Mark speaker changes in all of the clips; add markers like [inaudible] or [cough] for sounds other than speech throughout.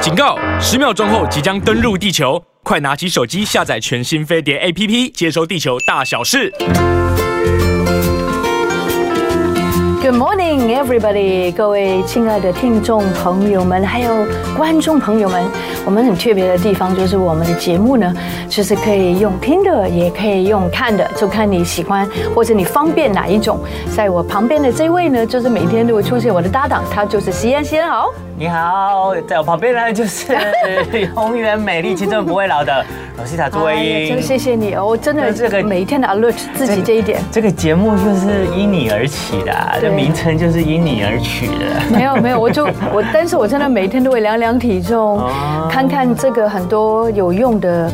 Speaker 1: 警告！十秒钟后即将登陆地球，快拿起手机下载全新飞碟 APP，接收地球大小事。
Speaker 2: Good morning, everybody！各位亲爱的听众朋友们，还有观众朋友们，我们很特别的地方就是我们的节目呢，就是可以用听的，也可以用看的，就看你喜欢或者你方便哪一种。在我旁边的这位呢，就是每天都会出现我的搭档，他就是西安，西安好。
Speaker 3: 你好，在我旁边呢就是永远美丽、青春不会老的罗西塔朱
Speaker 2: 哎
Speaker 3: 威
Speaker 2: 呀真
Speaker 3: 英。
Speaker 2: 谢谢你哦，我真的
Speaker 3: 这个
Speaker 2: 每一天的 alert 自己这一点。
Speaker 3: 这个节目就是因你而起的啊、
Speaker 2: 对
Speaker 3: 这名称就是因你而取的。
Speaker 2: [laughs] 没有没有，我就我，但是我真的每天都会量量体重
Speaker 3: 哦，
Speaker 2: 看看这个很多有用的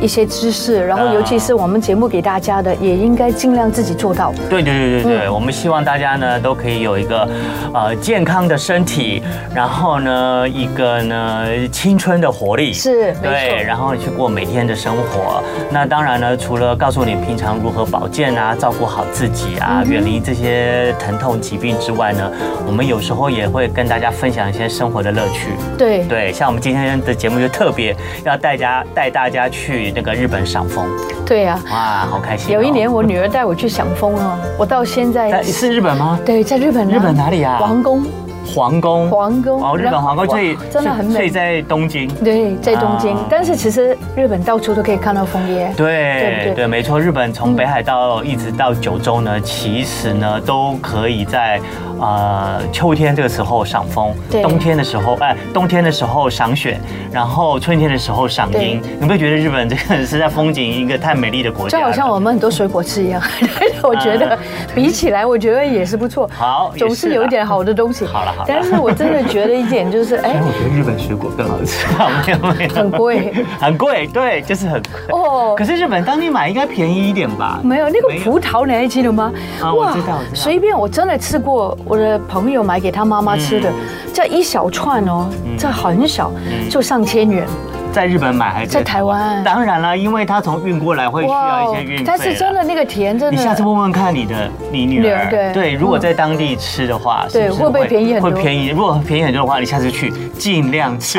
Speaker 2: 一些知识，然后
Speaker 3: 啊
Speaker 2: 尤其是我们节目给大家的，也应该尽量自己做到。
Speaker 3: 对对对对对，我们希望大家呢都可以有一个呃健康的身体，然后呢一个呢青春的活力。
Speaker 2: 是没
Speaker 3: 对，
Speaker 2: 错
Speaker 3: 然后去过每天的生活。那当然呢，除了告诉你平常如何保健啊，照顾好自己
Speaker 2: 嗯
Speaker 3: 啊，远离这些疼痛疾病之外呢，我们有时候也会跟大家分享一些生活的乐趣。
Speaker 2: 对，
Speaker 3: 对，像我们今天的节目就特别要带家带大家去那个日本赏枫，
Speaker 2: 对呀、
Speaker 3: 哇，好开心哦、
Speaker 2: 有一年我女儿带我去享风哦，我到现在
Speaker 3: 在哎是日本吗？
Speaker 2: 对，在日本啊
Speaker 3: 日本哪里啊
Speaker 2: 皇宫，
Speaker 3: 皇宫，
Speaker 2: 皇宫
Speaker 3: 哦，日本皇宫最
Speaker 2: 哇真的很美
Speaker 3: 最在东京。
Speaker 2: 对，在东京
Speaker 3: 啊。
Speaker 2: 但是其实日本到处都可以看到枫叶。对
Speaker 3: 对
Speaker 2: 对
Speaker 3: 对没错，日本从北海道一直到九州呢，其实呢都可以在呃秋天这个时候赏枫，
Speaker 2: 对
Speaker 3: 冬天的时候哎冬天的时候赏雪，然后春天的时候赏
Speaker 2: 对
Speaker 3: 樱。你不会觉得日本这个是在风景一个太美丽的国家
Speaker 2: 就
Speaker 3: 了？
Speaker 2: 好像我们很多水果吃一样， [laughs] 我觉得比起来，我觉得也是不错。
Speaker 3: 啊好也
Speaker 2: 总是
Speaker 3: 是
Speaker 2: 有一
Speaker 3: 啦
Speaker 2: 点好的东西。
Speaker 3: 好了好了
Speaker 2: 但是我真的觉得一点就是，哎
Speaker 3: [laughs] 哎，，我觉得日本水果更好吃，没有没有，
Speaker 2: 很贵，
Speaker 3: [laughs] 很贵，对，就是很贵。
Speaker 2: 哦
Speaker 3: 可是日本当地买应该便宜一点吧？
Speaker 2: 没有那个葡萄，你还记得吗？
Speaker 3: 啊我知道我知道
Speaker 2: 随便我真的吃过，我的朋友买给他妈妈吃的
Speaker 3: 嗯，
Speaker 2: 这一小串哦，这很小，就上千元。
Speaker 3: 在日本买还是
Speaker 2: 在台湾哦
Speaker 3: 当然了，因为它从运过来会需要一些运费。啊
Speaker 2: 但是真。的那个甜真
Speaker 3: 你下次
Speaker 2: 的。
Speaker 3: 问问看你的你女
Speaker 2: 女
Speaker 3: 儿
Speaker 2: 儿，对嗯
Speaker 3: 如果在当地吃的话，
Speaker 2: 对
Speaker 3: 是是
Speaker 2: 会不会便宜很多
Speaker 3: 会便宜，如果便宜很多的话，你下次去尽量吃，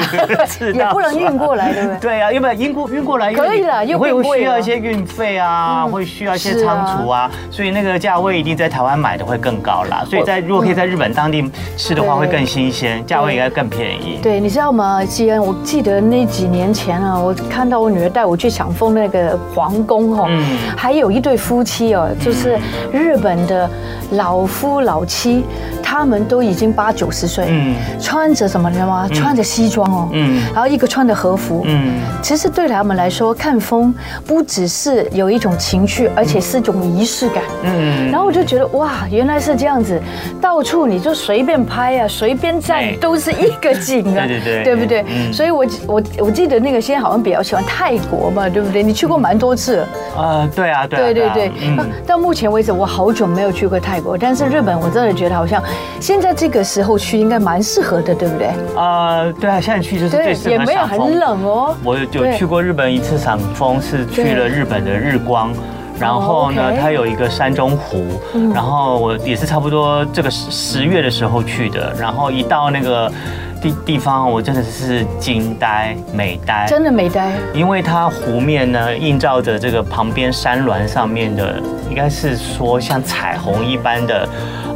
Speaker 2: [laughs]
Speaker 3: 吃
Speaker 2: 也
Speaker 3: 到
Speaker 2: 不能运过来，对不对？
Speaker 3: 对啊，因为运过运过来
Speaker 2: 可以啦
Speaker 3: 因
Speaker 2: 又
Speaker 3: 为
Speaker 2: 变
Speaker 3: 你会
Speaker 2: 贵
Speaker 3: 需要
Speaker 2: 了
Speaker 3: 一些运费啊，会需要一些
Speaker 2: 是啊
Speaker 3: 仓储啊，所以那个价位一定在台湾买的会更高啦。所以在如果可以在日本当地吃的话，
Speaker 2: 嗯对
Speaker 3: 会更新鲜，价位应该更便宜。
Speaker 2: 对，你知道吗？西安，我记得那几年前啊，我看到我女儿带我去享丰那个皇宫哦，
Speaker 3: 嗯
Speaker 2: 还有一对夫妻哦，就是日本的老夫老妻，他们都已经八九十岁，
Speaker 3: 嗯
Speaker 2: 穿着什么你知道吗？穿着西装哦，
Speaker 3: 嗯
Speaker 2: 然后一个穿着和服，
Speaker 3: 嗯，
Speaker 2: 其实对他们来说，看风不只是有一种情趣，而且是一种仪式感。
Speaker 3: 嗯
Speaker 2: 然后我就觉得哇，原来是这样子，到处你就随便拍啊，随便站
Speaker 3: 对
Speaker 2: 都是一个景啊，
Speaker 3: [laughs] 对对对
Speaker 2: 不对？
Speaker 3: 嗯
Speaker 2: 所以我我我记得那个现在好像比较喜欢泰国嘛，对不对？你去过蛮多次了，
Speaker 3: 呃，对啊，对啊，
Speaker 2: 对对
Speaker 3: 啊
Speaker 2: 对。那
Speaker 3: 嗯
Speaker 2: 到目前为止，我好久没有去过泰国，但是日本我真的觉得好像现在这个时候去应该蛮适合的，对不对？
Speaker 3: 呃，对啊，现在去就是最适合
Speaker 2: 也没有
Speaker 3: 赏枫
Speaker 2: 很冷哦。
Speaker 3: 我有
Speaker 2: 对
Speaker 3: 去过日本一次赏枫，是去了日本的日光。然
Speaker 2: 哦
Speaker 3: 后
Speaker 2: ，OK 嗯
Speaker 3: 呢，它有一个山中湖，然后我也是差不多这个十十月的时候去的，然后一到那个地地方，我真的是惊呆、美呆，
Speaker 2: 真的没呆，
Speaker 3: 因为它湖面呢映照着这个旁边山峦上面的，应该是说像彩虹一般的，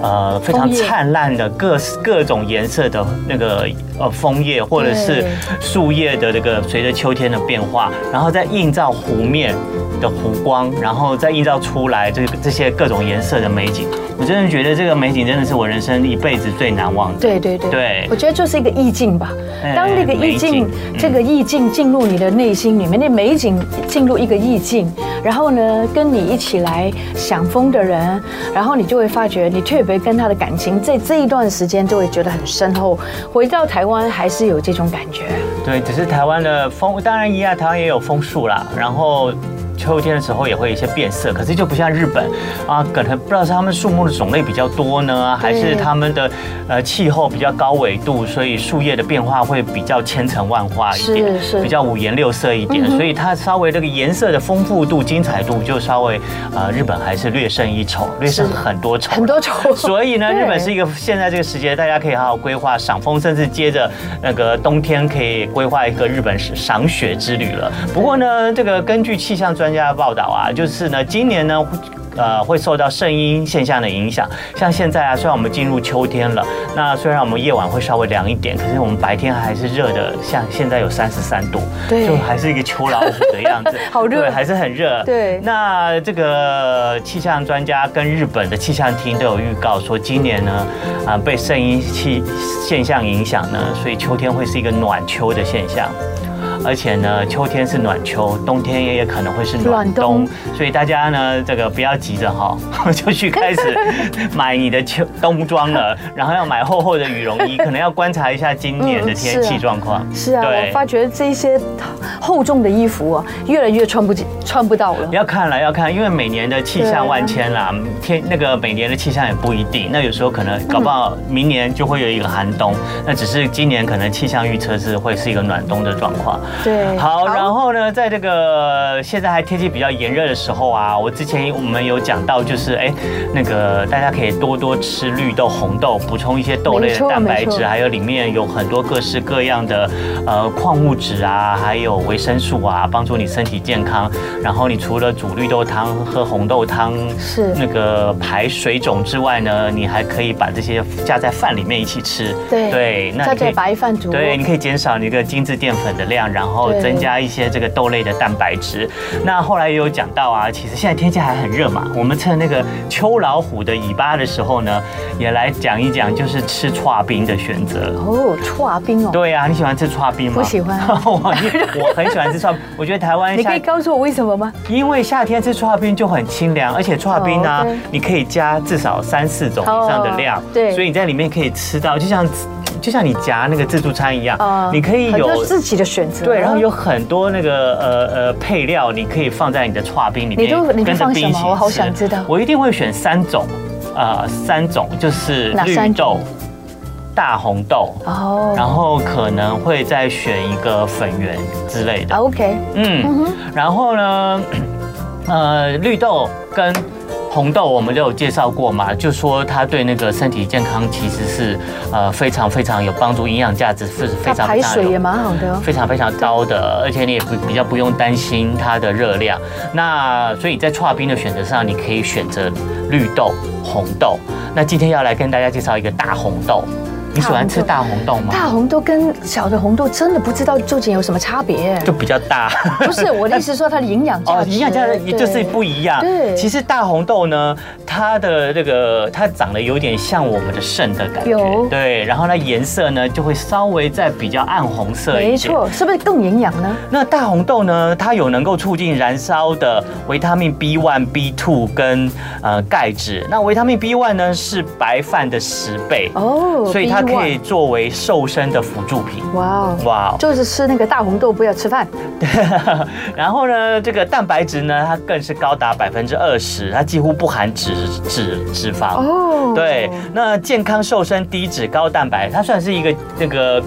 Speaker 3: 呃，非常
Speaker 2: 枫叶
Speaker 3: 灿烂的各各种颜色的那个呃枫叶或者是
Speaker 2: 对
Speaker 3: 树叶的这个随着秋天的变化，然后再映照湖面的湖光，然后再映照出来这个这些各种颜色的美景。我真的觉得这个美景真的是我人生一辈子最难忘的。
Speaker 2: 对对对，
Speaker 3: 对
Speaker 2: 我觉得就是一个意境吧。
Speaker 3: 哎
Speaker 2: 当那个意
Speaker 3: 美
Speaker 2: 境
Speaker 3: 景，嗯
Speaker 2: 这个意境进入你的内心里面，那美景进入一个意境，然后呢，跟你一起来享风的人，然后你就会发觉，你特别跟他的感情在这一段时间就会觉得很深厚。回到台湾还是有这种感觉，
Speaker 3: 对，只是台湾的枫，当然一样，台湾也有枫树啦。然后秋天的时候也会有一些变色，可是就不像日本啊，可能不知道是他们树木的种类比较多呢，还是他们的呃气候比较高纬度，所以树叶的变化会比较千层万化一点，
Speaker 2: 是是嗯
Speaker 3: 比较五颜六色一点，所以它稍微这个颜色的丰富度、精彩度就稍微呃日本还是略胜一筹，略胜很多筹，
Speaker 2: 很多 [laughs] 愁。
Speaker 3: 所以呢，
Speaker 2: 对
Speaker 3: 日本是一个现在这个时节，大家可以好好规划赏枫，甚至接着那个冬天可以规划一个日本赏雪之旅了。不过呢，这个根据气象专家的报道啊，就是呢，今年呢。呃，会受到圣婴现象的影响。像现在啊，虽然我们进入秋天了，那虽然我们夜晚会稍微凉一点，可是我们白天还是热的，像现在有三十三度，
Speaker 2: 对
Speaker 3: 就还是一个秋老虎的样子，
Speaker 2: 好热
Speaker 3: 对，还是很热。
Speaker 2: 对
Speaker 3: 那这个气象专家跟日本的气象厅都有预告说，今年呢，啊、被圣婴气现象影响呢，所以秋天会是一个暖秋的现象。而且呢，秋天是暖秋，冬天也可能会是暖
Speaker 2: 暖
Speaker 3: 冬，
Speaker 2: 冬
Speaker 3: 所以大家呢，这个不要急着哈， [laughs] 就去开始
Speaker 2: [laughs]
Speaker 3: 买你的秋冬装了，然后要买厚厚的羽绒衣，可能要观察一下今年的
Speaker 2: 嗯
Speaker 3: 天
Speaker 2: 是
Speaker 3: 气
Speaker 2: 啊
Speaker 3: 状况。
Speaker 2: 是啊，
Speaker 3: 对
Speaker 2: 我发觉这些厚重的衣服啊，越来越穿不进穿不到了。
Speaker 3: 要看了，要看，因为每年的气象万千啦，天那个每年的气象也不一定，那有时候可能搞不好明年就会有一个寒冬，那只是今年可能气象预测是会是一个暖冬的状况。
Speaker 2: 对，
Speaker 3: 好，然后呢，在这个现在还天气比较炎热的时候啊，我之前我们有讲到，就是哎，那个大家可以多多吃绿豆、红豆，补充一些豆类
Speaker 2: 没
Speaker 3: 的
Speaker 2: 错
Speaker 3: 蛋白
Speaker 2: 没
Speaker 3: 质，
Speaker 2: 错
Speaker 3: 还有里面有很多各式各样的呃矿物质啊，还有维生素啊，帮助你身体健康。然后你除了煮绿豆汤、喝红豆汤。
Speaker 2: 是
Speaker 3: 那个排水肿之外呢，你还可以把这些加在饭里面一起吃。
Speaker 2: 对
Speaker 3: 对，那
Speaker 2: 加
Speaker 3: 你可以
Speaker 2: 在白饭煮。哦
Speaker 3: 对，你可以减少你这个精致淀粉的量，然后
Speaker 2: 对
Speaker 3: 增加一些这个豆类的蛋白质。那后来也有讲到啊，其实现在天气还很热嘛，我们趁那个秋老虎的尾巴的时候呢，也来讲一讲就是吃刨冰的选择。
Speaker 2: 哦，串冰哦，
Speaker 3: 对啊，你喜欢吃刨冰吗？
Speaker 2: 不喜欢
Speaker 3: [laughs] 我我很喜欢吃刨，我觉得台湾
Speaker 2: 你可
Speaker 3: 夏
Speaker 2: 以告诉我为什么吗？
Speaker 3: 因为夏天吃刨冰就很清凉，而且刨冰呢、
Speaker 2: 哦，OK
Speaker 3: 你可以加至少三四种以上的量，
Speaker 2: 哦对
Speaker 3: 所以你在里面可以吃到，就像就像你夹那个自助餐一样，
Speaker 2: 呃
Speaker 3: 你可以
Speaker 2: 很多
Speaker 3: 有
Speaker 2: 自己的选择。
Speaker 3: 对，然后有很多那个呃呃配料，你可以放在你的刨冰里面，
Speaker 2: 你都你都
Speaker 3: 跟着
Speaker 2: 放
Speaker 3: 冰
Speaker 2: 什
Speaker 3: 一
Speaker 2: 么
Speaker 3: 起
Speaker 2: 我好
Speaker 3: 吃
Speaker 2: 想知道
Speaker 3: 我一定会选三种，呃，三种就是
Speaker 2: 哪
Speaker 3: 绿
Speaker 2: 三
Speaker 3: 豆
Speaker 2: 种、
Speaker 3: 大红豆，
Speaker 2: 哦
Speaker 3: 然后可能会再选一个粉圆之类的。
Speaker 2: 啊，OK，
Speaker 3: 嗯，然后呢， [clears throat] 呃，绿豆跟红豆我们都有介绍过嘛，就说它对那个身体健康其实是呃非常非常有帮助，营养价值是非
Speaker 2: 它
Speaker 3: 常
Speaker 2: 排
Speaker 3: 非常
Speaker 2: 水
Speaker 3: 有
Speaker 2: 也蛮好的哦。
Speaker 3: 非常非常高的，而且你也不比较不用担心它的热量。那所以在刨冰的选择上，你可以选择绿豆、红豆。那今天要来跟大家介绍一个大红豆，你喜欢吃大红豆吗？
Speaker 2: 大红豆跟小的红豆真的不知道究竟有什么差别。
Speaker 3: 就比较大。
Speaker 2: [laughs] 不是我的意思，说它的营养价
Speaker 3: 哦，
Speaker 2: 值，
Speaker 3: 营养价值也就是不一样。
Speaker 2: 对
Speaker 3: 其实大红豆呢，它的这个它长得有点像我们的肾的感觉
Speaker 2: 有，
Speaker 3: 对。然后它颜色呢就会稍微再比较暗红色一点。
Speaker 2: 没错，是不是更营养呢？
Speaker 3: 那大红豆呢？它有能够促进燃烧的维他命 B one、B two 跟呃钙质。那维他命 B one 呢是白饭的十倍
Speaker 2: 哦
Speaker 3: 所以它
Speaker 2: B 1
Speaker 3: 可以作为瘦身的辅助品。
Speaker 2: 哇哦，
Speaker 3: 哇哦 [laughs]
Speaker 2: 就是吃那个大红豆，不要吃饭。
Speaker 3: 然后呢，这个蛋白质呢，它更是高达百分之二十，它几乎不含脂脂脂肪。
Speaker 2: 哦，
Speaker 3: 对，那健康瘦身低脂高蛋白，它算是一个那个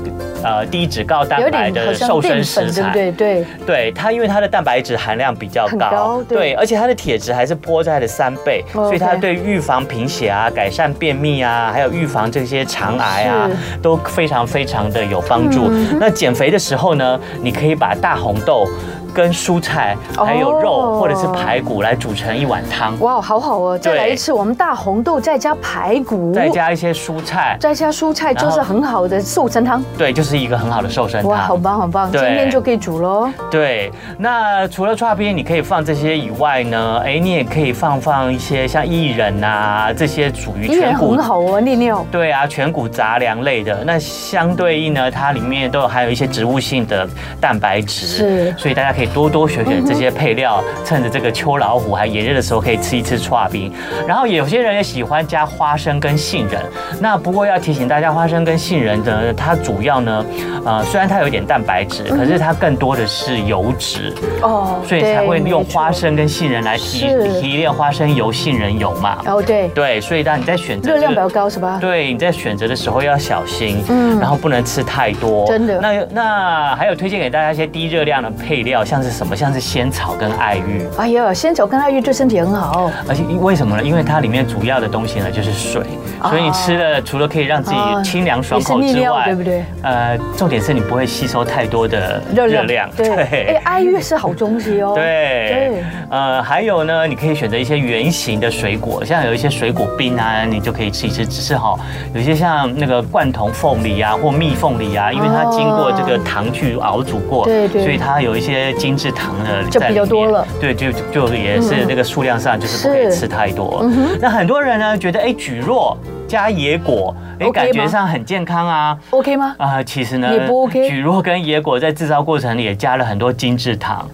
Speaker 3: 呃低脂高蛋
Speaker 2: 有
Speaker 3: 白
Speaker 2: 点好
Speaker 3: 的
Speaker 2: 像
Speaker 3: 瘦身
Speaker 2: 淀
Speaker 3: 食
Speaker 2: 粉，对不
Speaker 3: 材。
Speaker 2: 对？对，
Speaker 3: 对它，因为它的蛋白质含量比较
Speaker 2: 很
Speaker 3: 高，
Speaker 2: 高对
Speaker 3: 而且它的铁质还是菠菜的三倍，
Speaker 2: 哦
Speaker 3: 所以它
Speaker 2: OK
Speaker 3: 对预防贫血啊、改善便秘啊，还有预防这些肠癌啊，都非常非常的有帮助。
Speaker 2: 嗯
Speaker 3: 那减肥的时候呢，你可以把大红豆。跟蔬菜
Speaker 2: 哦
Speaker 3: 还有肉或者是排骨来煮成一碗汤，
Speaker 2: 哇，好好哦，再
Speaker 3: 对
Speaker 2: 来一次，我们大红豆再加排骨，
Speaker 3: 再加一些蔬菜，
Speaker 2: 再加蔬菜，
Speaker 3: 然
Speaker 2: 就
Speaker 3: 后
Speaker 2: 是很好的瘦身汤。
Speaker 3: 对，就是一个很好的瘦身汤。
Speaker 2: 哇，好棒好棒，
Speaker 3: 对
Speaker 2: 今天就可以煮喽。
Speaker 3: 对，那除了串边你可以放这些以外呢，哎，你也可以放放一些像薏仁啊，这些属于
Speaker 2: 依然
Speaker 3: 全谷
Speaker 2: 很。好哦，利尿。
Speaker 3: 对啊，全谷杂粮类的，那相对应呢，它里面都有含有一些植物性的蛋白质，
Speaker 2: 是
Speaker 3: 所以大家可以多多选选这些配料，趁着这个秋老虎还炎热的时候，可以吃一吃刨冰。然后有些人也喜欢加花生跟杏仁。那不过要提醒大家，花生跟杏仁呢，它主要呢，呃，虽然它有点蛋白质，
Speaker 2: 嗯
Speaker 3: 可是它更多的是油脂，
Speaker 2: 哦，
Speaker 3: 所以才会
Speaker 2: 对
Speaker 3: 用
Speaker 2: 没错
Speaker 3: 花生跟杏仁来提
Speaker 2: 是
Speaker 3: 提炼花生油、杏仁油嘛。
Speaker 2: 哦，对，
Speaker 3: 对，所以当你在选择
Speaker 2: 热
Speaker 3: 这
Speaker 2: 量
Speaker 3: 个
Speaker 2: 比较高是吧？
Speaker 3: 对，你在选择的时候要小心，
Speaker 2: 嗯
Speaker 3: 嗯，然后不能吃太多。
Speaker 2: 真的
Speaker 3: 那那还有推荐给大家一些低热量的配料，像是什么？像是仙草跟爱玉。
Speaker 2: 哎呀，仙草跟爱玉对身体很好，
Speaker 3: 而且因为什么呢？因为它里面主要的东西呢就是水，
Speaker 2: 哦
Speaker 3: 所以你吃了除了可以让自己
Speaker 2: 哦
Speaker 3: 清凉爽口
Speaker 2: 也是利
Speaker 3: 之
Speaker 2: 尿
Speaker 3: 外，
Speaker 2: 对不对？
Speaker 3: 呃，重点是你不会吸收太多的热量， [laughs]
Speaker 2: 对，哎，爱玉是好东西哦。
Speaker 3: 对，呃，还有呢，你可以选择一些圆形的水果，像有一些水果冰啊，你就可以吃一吃。只是哈、有一些像那个罐头凤梨啊，或蜜凤梨啊，因为它经过这个糖去熬煮过，
Speaker 2: 对对
Speaker 3: 所以它有一些精制糖的
Speaker 2: 就
Speaker 3: 在
Speaker 2: 比较
Speaker 3: 里
Speaker 2: 多
Speaker 3: 面
Speaker 2: 了
Speaker 3: 对，就就也是那个数量上就是不可以
Speaker 2: 是
Speaker 3: 吃太多。
Speaker 2: 嗯
Speaker 3: 那很多人呢觉得，哎，蒟蒻加野果，哎，
Speaker 2: OK
Speaker 3: 感觉
Speaker 2: 吗
Speaker 3: 上很健康啊。
Speaker 2: ，OK
Speaker 3: [laughs]
Speaker 2: 吗？
Speaker 3: 啊、其实呢，
Speaker 2: 也不 OK
Speaker 3: 蒟蒻跟野果在制造过程里也加了很多精制糖，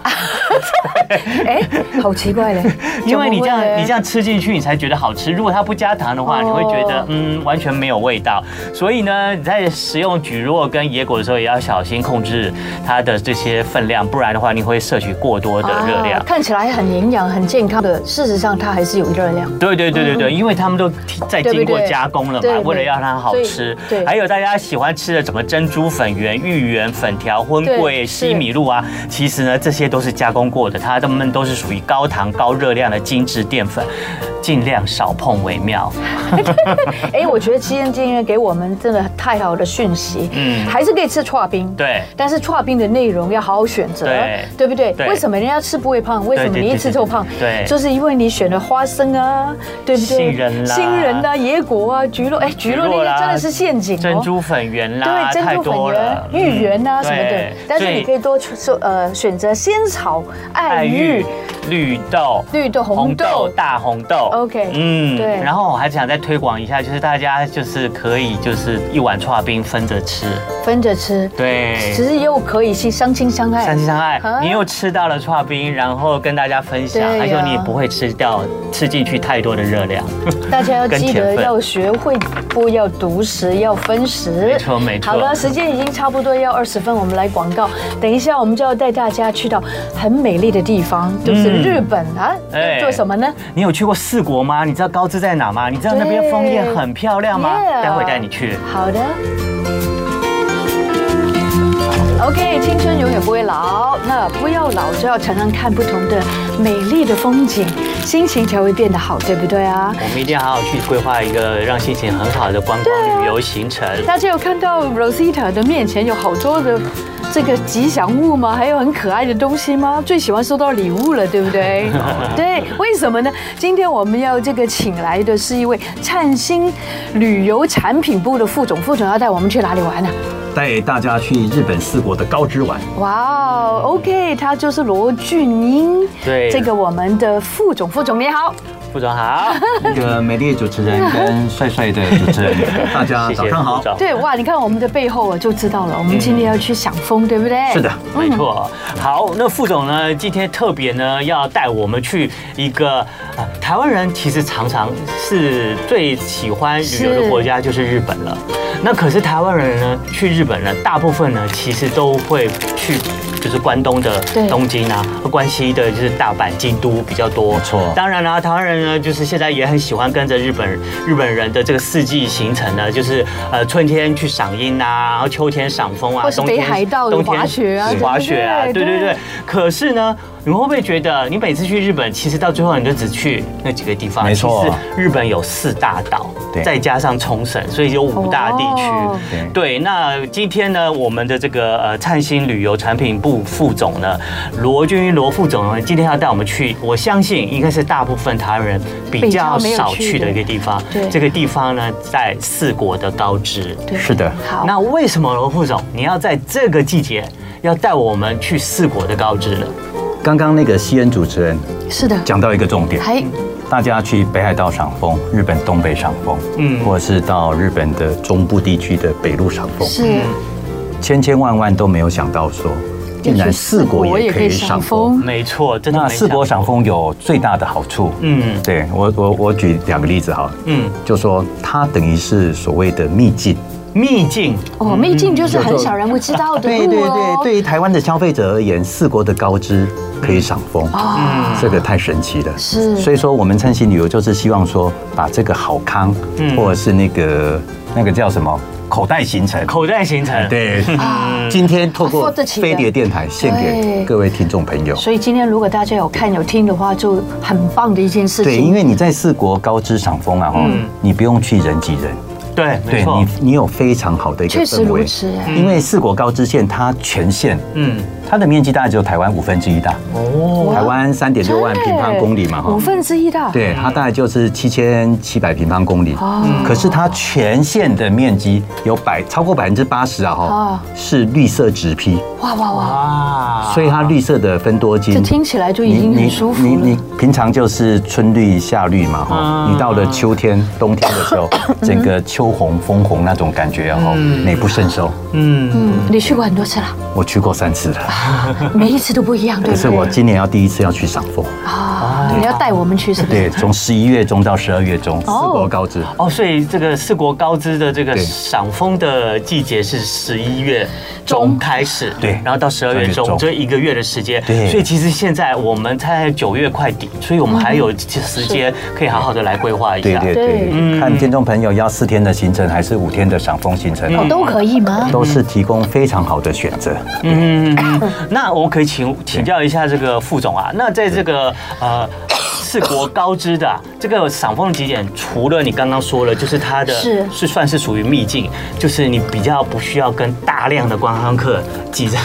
Speaker 2: 哎，好奇怪嘞，
Speaker 3: [laughs] 因为你这样
Speaker 2: 怎么会嘞
Speaker 3: 你这样吃进去，你才觉得好吃。如果它不加糖的话，
Speaker 2: 哦
Speaker 3: 你会觉得嗯完全没有味道。所以呢，你在食用蒟蒻跟野果的时候，也要小心控制它的这些分量，不然的话你会摄取过多的热量。
Speaker 2: 啊看起来很营养、很健康的，事实上它还是有热量。
Speaker 3: 对对对对对，因为他们都在
Speaker 2: 对不
Speaker 3: 经过
Speaker 2: 对
Speaker 3: 加工了
Speaker 2: 嗯对
Speaker 3: 嘛，
Speaker 2: 对
Speaker 3: 为了让它好
Speaker 2: 所以
Speaker 3: 吃。
Speaker 2: 对
Speaker 3: 还有大家喜欢吃的什么珍珠粉圆、芋圆、粉条、荤
Speaker 2: 对
Speaker 3: 桂、
Speaker 2: 是
Speaker 3: 西米露啊，其实呢这些都是加工过的，它们都是属于高糖高热量的精致淀粉，尽量少碰为妙。
Speaker 2: 哎，我觉得七天经验给我们真的太好的讯息，嗯，
Speaker 3: 嗯
Speaker 2: 还是可以吃刨冰，。
Speaker 3: 对。
Speaker 2: 但是刨冰的内容要好好选择，
Speaker 3: 对
Speaker 2: 对不对？
Speaker 3: 对
Speaker 2: 为什么人家吃不会胖？为什么
Speaker 3: 对对
Speaker 2: 你一
Speaker 3: 对
Speaker 2: 吃
Speaker 3: 对
Speaker 2: 就胖？
Speaker 3: 对
Speaker 2: 就是因为你选了花生啊，对不对？
Speaker 3: 杏仁啦
Speaker 2: 杏仁啊，野果啊，菊络，哎，菊络
Speaker 3: 蒟蒻
Speaker 2: 那
Speaker 3: 啦
Speaker 2: 些真的是陷阱哦。
Speaker 3: 珍珠粉圆啦，
Speaker 2: 对，珍
Speaker 3: 太
Speaker 2: 珠粉
Speaker 3: 多
Speaker 2: 圆
Speaker 3: 了、，
Speaker 2: 芋圆啊
Speaker 3: 嗯
Speaker 2: 什么的
Speaker 3: 对，
Speaker 2: 但是你可
Speaker 3: 所
Speaker 2: 以多出出呃选择仙草、爱
Speaker 3: 爱
Speaker 2: 玉
Speaker 3: 玉、、绿豆、
Speaker 2: 绿豆、红豆。
Speaker 3: 大红豆。
Speaker 2: OK，
Speaker 3: 嗯
Speaker 2: 对
Speaker 3: 然后我还想再推广一下，就是大家就是可以就是一碗刨冰分着吃，
Speaker 2: 分着吃，
Speaker 3: 对。
Speaker 2: 其实又可以去相亲相爱
Speaker 3: 相。亲相爱
Speaker 2: 啊，
Speaker 3: 你又吃到了刨冰，然后跟大家分享
Speaker 2: 对，呀
Speaker 3: 而且你也不会吃掉吃进去太多的热量。 [laughs]
Speaker 2: 大家要
Speaker 3: 跟
Speaker 2: 记得
Speaker 3: 甜分
Speaker 2: 要学会不要独食，要分食。没
Speaker 3: 错没错
Speaker 2: 好了，时间已经差不多要二十分，我们来广告。等一下我们就要带大家去到很美丽的地方，就是
Speaker 3: 嗯
Speaker 2: 日本啊。
Speaker 3: 哎
Speaker 2: 做什么呢？
Speaker 3: 你有去过四国吗？你知道高知在哪吗？你知道那边枫叶
Speaker 2: 对
Speaker 3: 很漂亮吗？
Speaker 2: Yeah
Speaker 3: 待会带你去。
Speaker 2: 好的。OK，青春永远不会老，那不要老就要常常看不同的美丽的风景，心情才会变得好，对不对啊？
Speaker 3: 我们一定要好好去规划一个让心情很好的观光旅游行程。
Speaker 2: 大家有看到 Rosita 的面前有好多的这个吉祥物吗？还有很可爱的东西吗？最喜欢收到礼物了，对不
Speaker 4: [laughs]
Speaker 2: 对？对，为什么呢？今天我们要这个请来的是一位灿星旅游产品部的副总，副总要带我们去哪里玩啊呢、
Speaker 4: 带大家去日本四国的高知 [laughs] 玩。
Speaker 2: 哇哦，OK，他就是罗俊英，
Speaker 3: 对
Speaker 2: 这个我们的副总，副总你好，
Speaker 3: 副总好，
Speaker 4: 那个美丽的主持人跟帅帅的主持 [laughs] 人，大家
Speaker 3: 谢谢
Speaker 4: 啊早上好
Speaker 3: 副。总。
Speaker 2: 对哇，你看我们的背后我就知道了，我们今天要去享风，对不对？
Speaker 4: 是的，，
Speaker 3: 没错。好，那副总呢，今天特别呢要带我们去一个、呃、台湾人其实常常是最喜欢旅游
Speaker 2: 是
Speaker 3: 的国家就是日本了。那可是台湾人呢去日本呢，大部分呢其实都会去。就是关东的
Speaker 2: 对
Speaker 3: 东京啊，关西的就是大阪、京都比较多。没
Speaker 4: 错
Speaker 3: 当然啦、台湾人呢，就是现在也很喜欢跟着日本日本人的这个四季行程呢，就是呃春天去赏樱啊，然后秋天赏枫啊，
Speaker 2: 或是
Speaker 3: 冬天
Speaker 2: 北海道
Speaker 3: 冬
Speaker 2: 滑
Speaker 3: 天
Speaker 2: 雪啊
Speaker 3: 是
Speaker 2: 对
Speaker 3: 滑雪啊，
Speaker 2: 对
Speaker 3: 对
Speaker 2: 对
Speaker 3: 对对
Speaker 2: 对
Speaker 3: 可是呢，你会不会觉得你每次去日本，其实到最后你就只去那几个地方？
Speaker 4: 没错
Speaker 3: 其实日本有四大岛，
Speaker 4: 对
Speaker 3: 再加上冲绳，所以有五大地区。
Speaker 2: 哦
Speaker 4: 对
Speaker 3: 对，那今天呢，我们的这个呃灿星旅游产品部副总呢，罗君云罗副总呢，今天要带我们去，我相信应该是大部分台湾人比较少去的一个地方
Speaker 2: 比较没有去的对。
Speaker 3: 这个地方呢，在四国的高知。
Speaker 2: 对
Speaker 4: 是的
Speaker 2: 好，
Speaker 3: 那为什么罗副总你要在这个季节要带我们去四国的高知呢？
Speaker 4: 刚刚那个西恩主持人
Speaker 2: 是的，
Speaker 4: 讲到一个重点，
Speaker 2: 还
Speaker 4: 大家去北海道赏枫，日本东北赏枫，嗯，或是到日本的中部地区的北陆赏枫，
Speaker 2: 是
Speaker 4: 千千万万都没有想到说，竟然四国也可以赏枫。
Speaker 3: 没错，真的
Speaker 4: 那
Speaker 3: 没
Speaker 4: 四
Speaker 3: 想
Speaker 4: 国
Speaker 3: 过
Speaker 4: 赏，枫有最大的好处，
Speaker 3: 嗯
Speaker 4: 对我我我举两个例子好了，
Speaker 3: 嗯，
Speaker 4: 就说它等于是所谓的秘境，
Speaker 3: 秘境
Speaker 2: 哦，秘境就是很少人会知道的
Speaker 4: 嗯对
Speaker 2: 路
Speaker 4: 对
Speaker 2: 哦
Speaker 4: 对，。对于台湾的消费者而言，四国的高知可以赏枫，
Speaker 2: 啊
Speaker 4: 这个太神奇了。
Speaker 2: 是
Speaker 4: 所以说我们趁新旅游就是希望说把这个好康，
Speaker 3: 嗯
Speaker 4: 或者是那个那个叫什么口袋行程，
Speaker 3: 口袋嗯行程，，
Speaker 4: 对，
Speaker 2: 啊
Speaker 4: 今天透
Speaker 2: 啊
Speaker 4: 过
Speaker 2: ，afford 得起的
Speaker 4: 飞碟电台献
Speaker 2: 对
Speaker 4: 给各位听众朋友。
Speaker 2: 所以今天如果大家有看有听的话，就很棒的一件事
Speaker 4: 对，因
Speaker 2: 情。
Speaker 4: 为你在四国高知赏枫啊，哦
Speaker 3: 嗯，
Speaker 4: 你不用去人挤人，
Speaker 3: 对，没
Speaker 4: 对
Speaker 3: 错
Speaker 4: 你，，你有非常好的一个
Speaker 2: 确实
Speaker 4: 氛
Speaker 2: 如
Speaker 4: 围。
Speaker 2: 此，哎
Speaker 4: 因为四国高知县它全县，
Speaker 3: 嗯，
Speaker 4: 它的面积大概只有台湾五分之一大，
Speaker 3: 哦，
Speaker 2: 哇
Speaker 4: 嗯台湾三点六万平方公里嘛，
Speaker 2: 哎五
Speaker 4: 哈，
Speaker 2: 分之一的。
Speaker 4: 对，它大概就是七千七百平方公里。
Speaker 2: 哦，
Speaker 4: 可是它全县的面积有百超过百分之八十啊，
Speaker 2: 哦
Speaker 4: 哈，是绿色植批，
Speaker 2: 哇哇哇，
Speaker 3: 哇
Speaker 4: 所以它绿色的分多
Speaker 2: 这
Speaker 4: 金。
Speaker 2: 听起来就已
Speaker 4: 你
Speaker 2: 经
Speaker 4: 嗯你
Speaker 2: 很舒服
Speaker 4: 你你
Speaker 2: 了。哦
Speaker 4: 平常就是春绿夏绿嘛哈，
Speaker 3: 嗯
Speaker 4: 你到了秋天、冬天的时候，
Speaker 2: 嗯
Speaker 4: 整个秋红、枫红那种感觉啊哈，
Speaker 3: 嗯
Speaker 4: 美不胜收。
Speaker 3: 嗯，
Speaker 2: 嗯，你去过很多次了，
Speaker 4: 我去过三次了，
Speaker 2: 嗯每一次都不一样，对
Speaker 4: 可
Speaker 2: 不
Speaker 4: 是
Speaker 2: 对？
Speaker 4: 我今年要第一次要去赏枫。
Speaker 2: 啊，你要带我们去是不是？
Speaker 4: 对，从十一月中到十二月中，四
Speaker 2: 哦
Speaker 4: 国高知。
Speaker 3: 哦，所以这个四国高知的这个
Speaker 4: 对
Speaker 3: 赏枫的季节是十一月中开始，
Speaker 4: 对
Speaker 3: 然后到十二月
Speaker 4: 12月
Speaker 3: 中，
Speaker 4: 中
Speaker 3: 这一个月的时间，
Speaker 4: 对
Speaker 3: 所以其实现在我们才九月快底，所以我们还有时间可以好好的来规划一
Speaker 4: 对
Speaker 3: 下，
Speaker 4: 对
Speaker 2: 对
Speaker 3: 嗯
Speaker 4: 对，看听众朋友要四天的行程还是五天的赏枫行程，
Speaker 2: 哦，都可以吗？
Speaker 4: 都是提供非常好的选择。
Speaker 3: 嗯， [laughs] 那我可以请请教一下这个副总啊，那在这个呃 [coughs] 四国高知的啊、这个赏枫的景点，除了你刚刚说了，就是它的
Speaker 2: 是
Speaker 3: 是算是属于秘境，就是你比较不需要跟大量的观光客挤在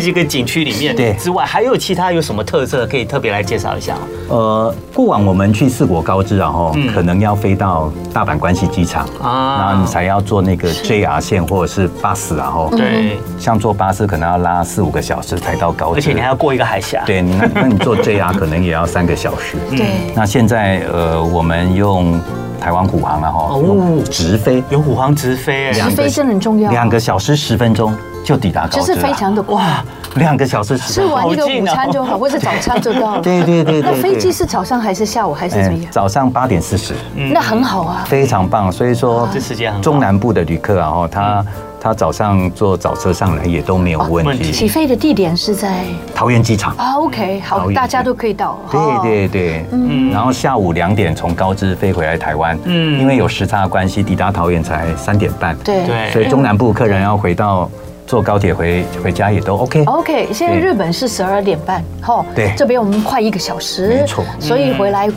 Speaker 3: 这个景区里面
Speaker 4: 对
Speaker 3: 之外，还有其他有什么特色可以特别来介绍一下吗？
Speaker 4: 呃，过往我们去四国高知啊，吼，可能要飞到大阪关西机场
Speaker 3: 嗯啊
Speaker 4: 啊，然后你才要坐那个 JR 线或者是巴士啊，吼，
Speaker 3: 对，
Speaker 4: 像坐巴士可能要拉四五个小时才到高知，
Speaker 3: 而且你还要过一个海峡，
Speaker 4: 对，你那那你坐 JR 可能也要三个小时。
Speaker 3: 嗯
Speaker 2: 对，
Speaker 4: 那现在呃，我们用台湾虎航啊，
Speaker 3: 哦
Speaker 4: 吼，用直飞
Speaker 3: 有虎航直飞哎
Speaker 4: 两
Speaker 2: 直
Speaker 4: 个
Speaker 2: 飞真的很重要，
Speaker 4: 两个小时十分钟就抵达高知
Speaker 2: 就
Speaker 4: 了，
Speaker 2: 是非常的哇，
Speaker 4: 两个小时十
Speaker 2: 吃
Speaker 4: 分钟。
Speaker 2: 完一个
Speaker 3: 好近哦
Speaker 2: 午餐就好，或者早餐就到了。
Speaker 4: 啊 [laughs] 对对对对
Speaker 2: 那
Speaker 4: 对
Speaker 2: 飞机是早上还是下午还是怎么
Speaker 4: 嗯，
Speaker 2: 样？
Speaker 4: 早嗯上八点四十，
Speaker 2: 那很好啊，
Speaker 4: 非常棒。所以说
Speaker 3: 这时间很好
Speaker 4: 中南部的旅客啊，哦，他他早上坐早车上来也都没有问
Speaker 3: 问题
Speaker 4: 题。
Speaker 2: 起飞的地点是在
Speaker 4: 桃园机场，
Speaker 2: 啊，OK，
Speaker 4: 桃
Speaker 2: 好，
Speaker 4: 园
Speaker 2: 大家都可以到。哦
Speaker 4: 对对对，
Speaker 3: 嗯
Speaker 4: 然后下午两点从高知飞回来台湾，
Speaker 3: 嗯
Speaker 4: 嗯，因为有时差的关系，抵达桃园才三点半，
Speaker 2: 对
Speaker 3: 对
Speaker 4: 所以中南部客人要回到坐高铁回回家也都 OK。
Speaker 2: OK，现在
Speaker 4: 对
Speaker 2: 日本是十二点半，吼，
Speaker 4: 对
Speaker 2: 这边我们快一个小时，
Speaker 4: 没错嗯
Speaker 2: 所以回来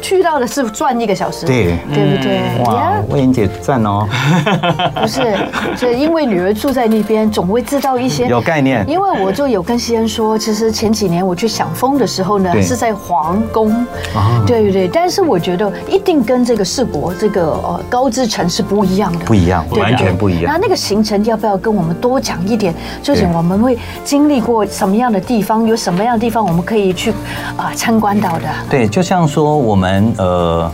Speaker 2: 去到的是转一个小时，
Speaker 4: 对嗯
Speaker 2: 对不对？
Speaker 4: 哇
Speaker 2: Yeah，，
Speaker 4: 魏莹姐赞哦，
Speaker 2: 不是，是因为女儿住在那边，总会知道一些
Speaker 4: 有概念。
Speaker 2: 因为我就有跟西恩说，其实前几年我去享风的时候呢，
Speaker 4: 对啊
Speaker 2: 是在皇宫，对对对。但是我觉得一定跟这个世博这个呃高知城是不一样的，
Speaker 4: 不一样，
Speaker 2: 对
Speaker 4: 完全不一
Speaker 2: 那
Speaker 4: 样。
Speaker 2: 那个行程要不要跟我们多讲一点？究竟
Speaker 4: 对
Speaker 2: 我们会经历过什么样的地方？有什么样的地方我们可以去啊、参观到的？
Speaker 4: 对，就像说我们呃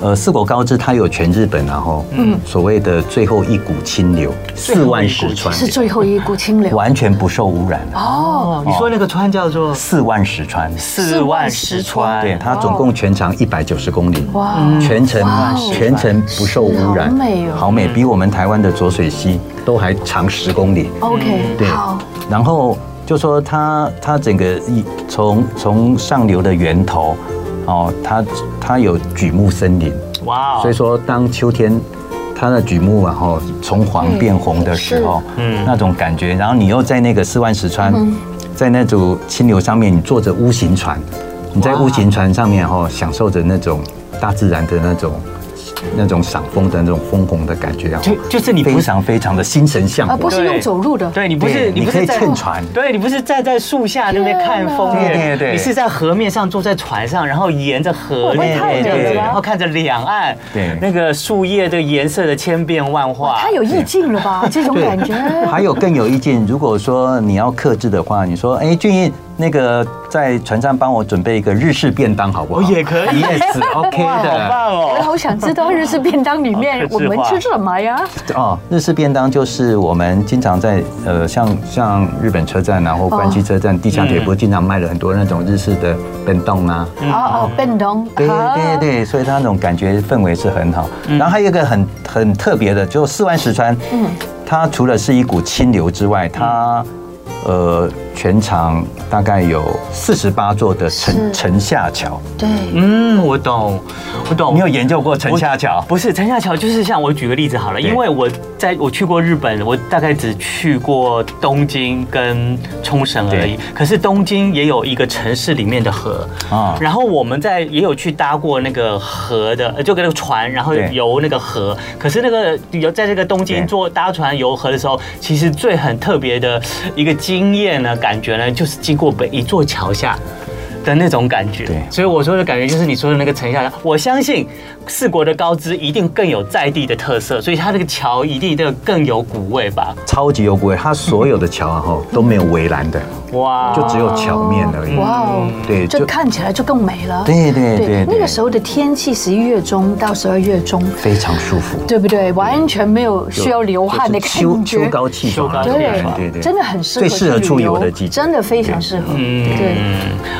Speaker 4: 呃四国高知，它有全日本然后
Speaker 2: 嗯
Speaker 4: 所谓的最后一股清流，四万石川
Speaker 2: 是最后一股清流
Speaker 4: 完全不受污染了，
Speaker 2: 哦，
Speaker 3: 哦，你说那个川叫做
Speaker 4: 四万石川。
Speaker 3: 四万石川，
Speaker 4: 对，它总共全长一百九十公里，
Speaker 2: 哇
Speaker 4: 全程
Speaker 2: 哇哦
Speaker 4: 全程不受污
Speaker 2: 是好
Speaker 4: 染，
Speaker 2: 美哦
Speaker 4: 好美，比我们台湾的浊水溪都还长十公里。
Speaker 2: ，OK，
Speaker 4: 对
Speaker 2: 好，，
Speaker 4: 然后就说它它整个一从从上流的源头，哦，它它有榉木森林，
Speaker 3: 哇哦
Speaker 4: 所以说当秋天。它的榉木然后从黄变红的时候，
Speaker 3: 嗯
Speaker 4: 嗯，那种感觉，然后你又在那个四万石川，在那组清流上面，你坐着乌行船，你在
Speaker 3: 哇
Speaker 4: 乌行船上面哈，享受着那种大自然的那种那种赏枫的那种枫红的感觉，
Speaker 3: 就就是你不
Speaker 4: 非
Speaker 3: 是啊
Speaker 4: 常非常的心神向
Speaker 2: 而
Speaker 4: 往。
Speaker 2: 啊不是用走路的，
Speaker 3: 对你不是
Speaker 4: 对
Speaker 3: 你不
Speaker 4: 你可
Speaker 3: 是
Speaker 4: 以
Speaker 3: 在
Speaker 4: 乘船
Speaker 3: 对你不是站在树下那边看枫
Speaker 4: 对
Speaker 3: 叶，
Speaker 4: 对对
Speaker 3: 你是在河面上坐在船上，然后沿着河
Speaker 2: 我们太美
Speaker 4: 了
Speaker 3: 然后看着两岸，
Speaker 4: 对
Speaker 3: 那个树叶的颜色的千变万化，
Speaker 2: 太有意境了吧？这种
Speaker 4: [laughs] 对
Speaker 2: 感觉。
Speaker 4: 还有更有意见，如果说你要克制的话，你说，哎，俊逸，那个在船上帮我准备一个日式便当，好不好？
Speaker 3: 哦也可以
Speaker 4: ，yes，OK
Speaker 3: 好
Speaker 4: 的。
Speaker 3: 棒
Speaker 2: 我
Speaker 3: 哦！
Speaker 2: 好想知道日式便当里面
Speaker 3: 好
Speaker 2: 我
Speaker 3: 克制化
Speaker 2: 们吃什么呀？
Speaker 4: 哦，日式便当就是我们经常在呃，像像日本车站啊，或关西车站、地下铁，
Speaker 3: 嗯
Speaker 4: 不是经常卖了很多那种日式的便当啊？
Speaker 2: 哦哦，便当。
Speaker 4: 对
Speaker 2: 啊
Speaker 4: 对对，所以它那种感觉氛围是很好。然后还有一个很很特别的，就四万石川，嗯，它除了是一股清流之外，它呃全长大概有四十八座的
Speaker 2: 是
Speaker 4: 城城下桥。
Speaker 2: 对
Speaker 3: 嗯，我懂，我懂。
Speaker 4: 你有研究过城下桥？
Speaker 3: 不是城下桥，就是像我举个例子好了，
Speaker 4: 对
Speaker 3: 因为我在我去过日本，我大概只去过东京跟冲绳而已
Speaker 4: 对。
Speaker 3: 可是东京也有一个城市里面的河
Speaker 4: 啊
Speaker 3: 然后我们在也有去搭过那个河的，呃就跟那个船，然后
Speaker 4: 对
Speaker 3: 游那个河。可是那个游在这个东京
Speaker 4: 对
Speaker 3: 坐搭船游河的时候，其实最很特别的一个经验呢，感觉呢就是经过每一座桥下。的那种感觉。
Speaker 4: 对
Speaker 3: 所以我说的感觉就是你说的那个城下桥。我相信四国的高知一定更有在地的特色，所以它这个桥一定的更有古味吧？
Speaker 4: 超级有古味，它所有的桥啊哈都没有围栏的，
Speaker 3: 哇，
Speaker 4: 就只有桥面而已。
Speaker 2: 啊哇哦，
Speaker 4: 对，
Speaker 2: 就
Speaker 4: 就
Speaker 2: 看起来就更美了。
Speaker 4: 对对对，
Speaker 2: 那个时候的天气，十一月中到十二月中，
Speaker 4: 非常舒服，
Speaker 2: 对不对？完全没有需要流汗的
Speaker 4: 就是秋
Speaker 2: 感
Speaker 4: 秋
Speaker 2: 觉。
Speaker 4: 高气爽啊，
Speaker 3: 秋高
Speaker 4: 对
Speaker 3: 气
Speaker 2: 对
Speaker 3: 爽
Speaker 4: 对对，
Speaker 2: 真的很适合
Speaker 4: 最适合
Speaker 2: 去
Speaker 4: 出
Speaker 2: 旅游
Speaker 4: 游的季节，
Speaker 2: 真的非常适合。对，
Speaker 3: 嗯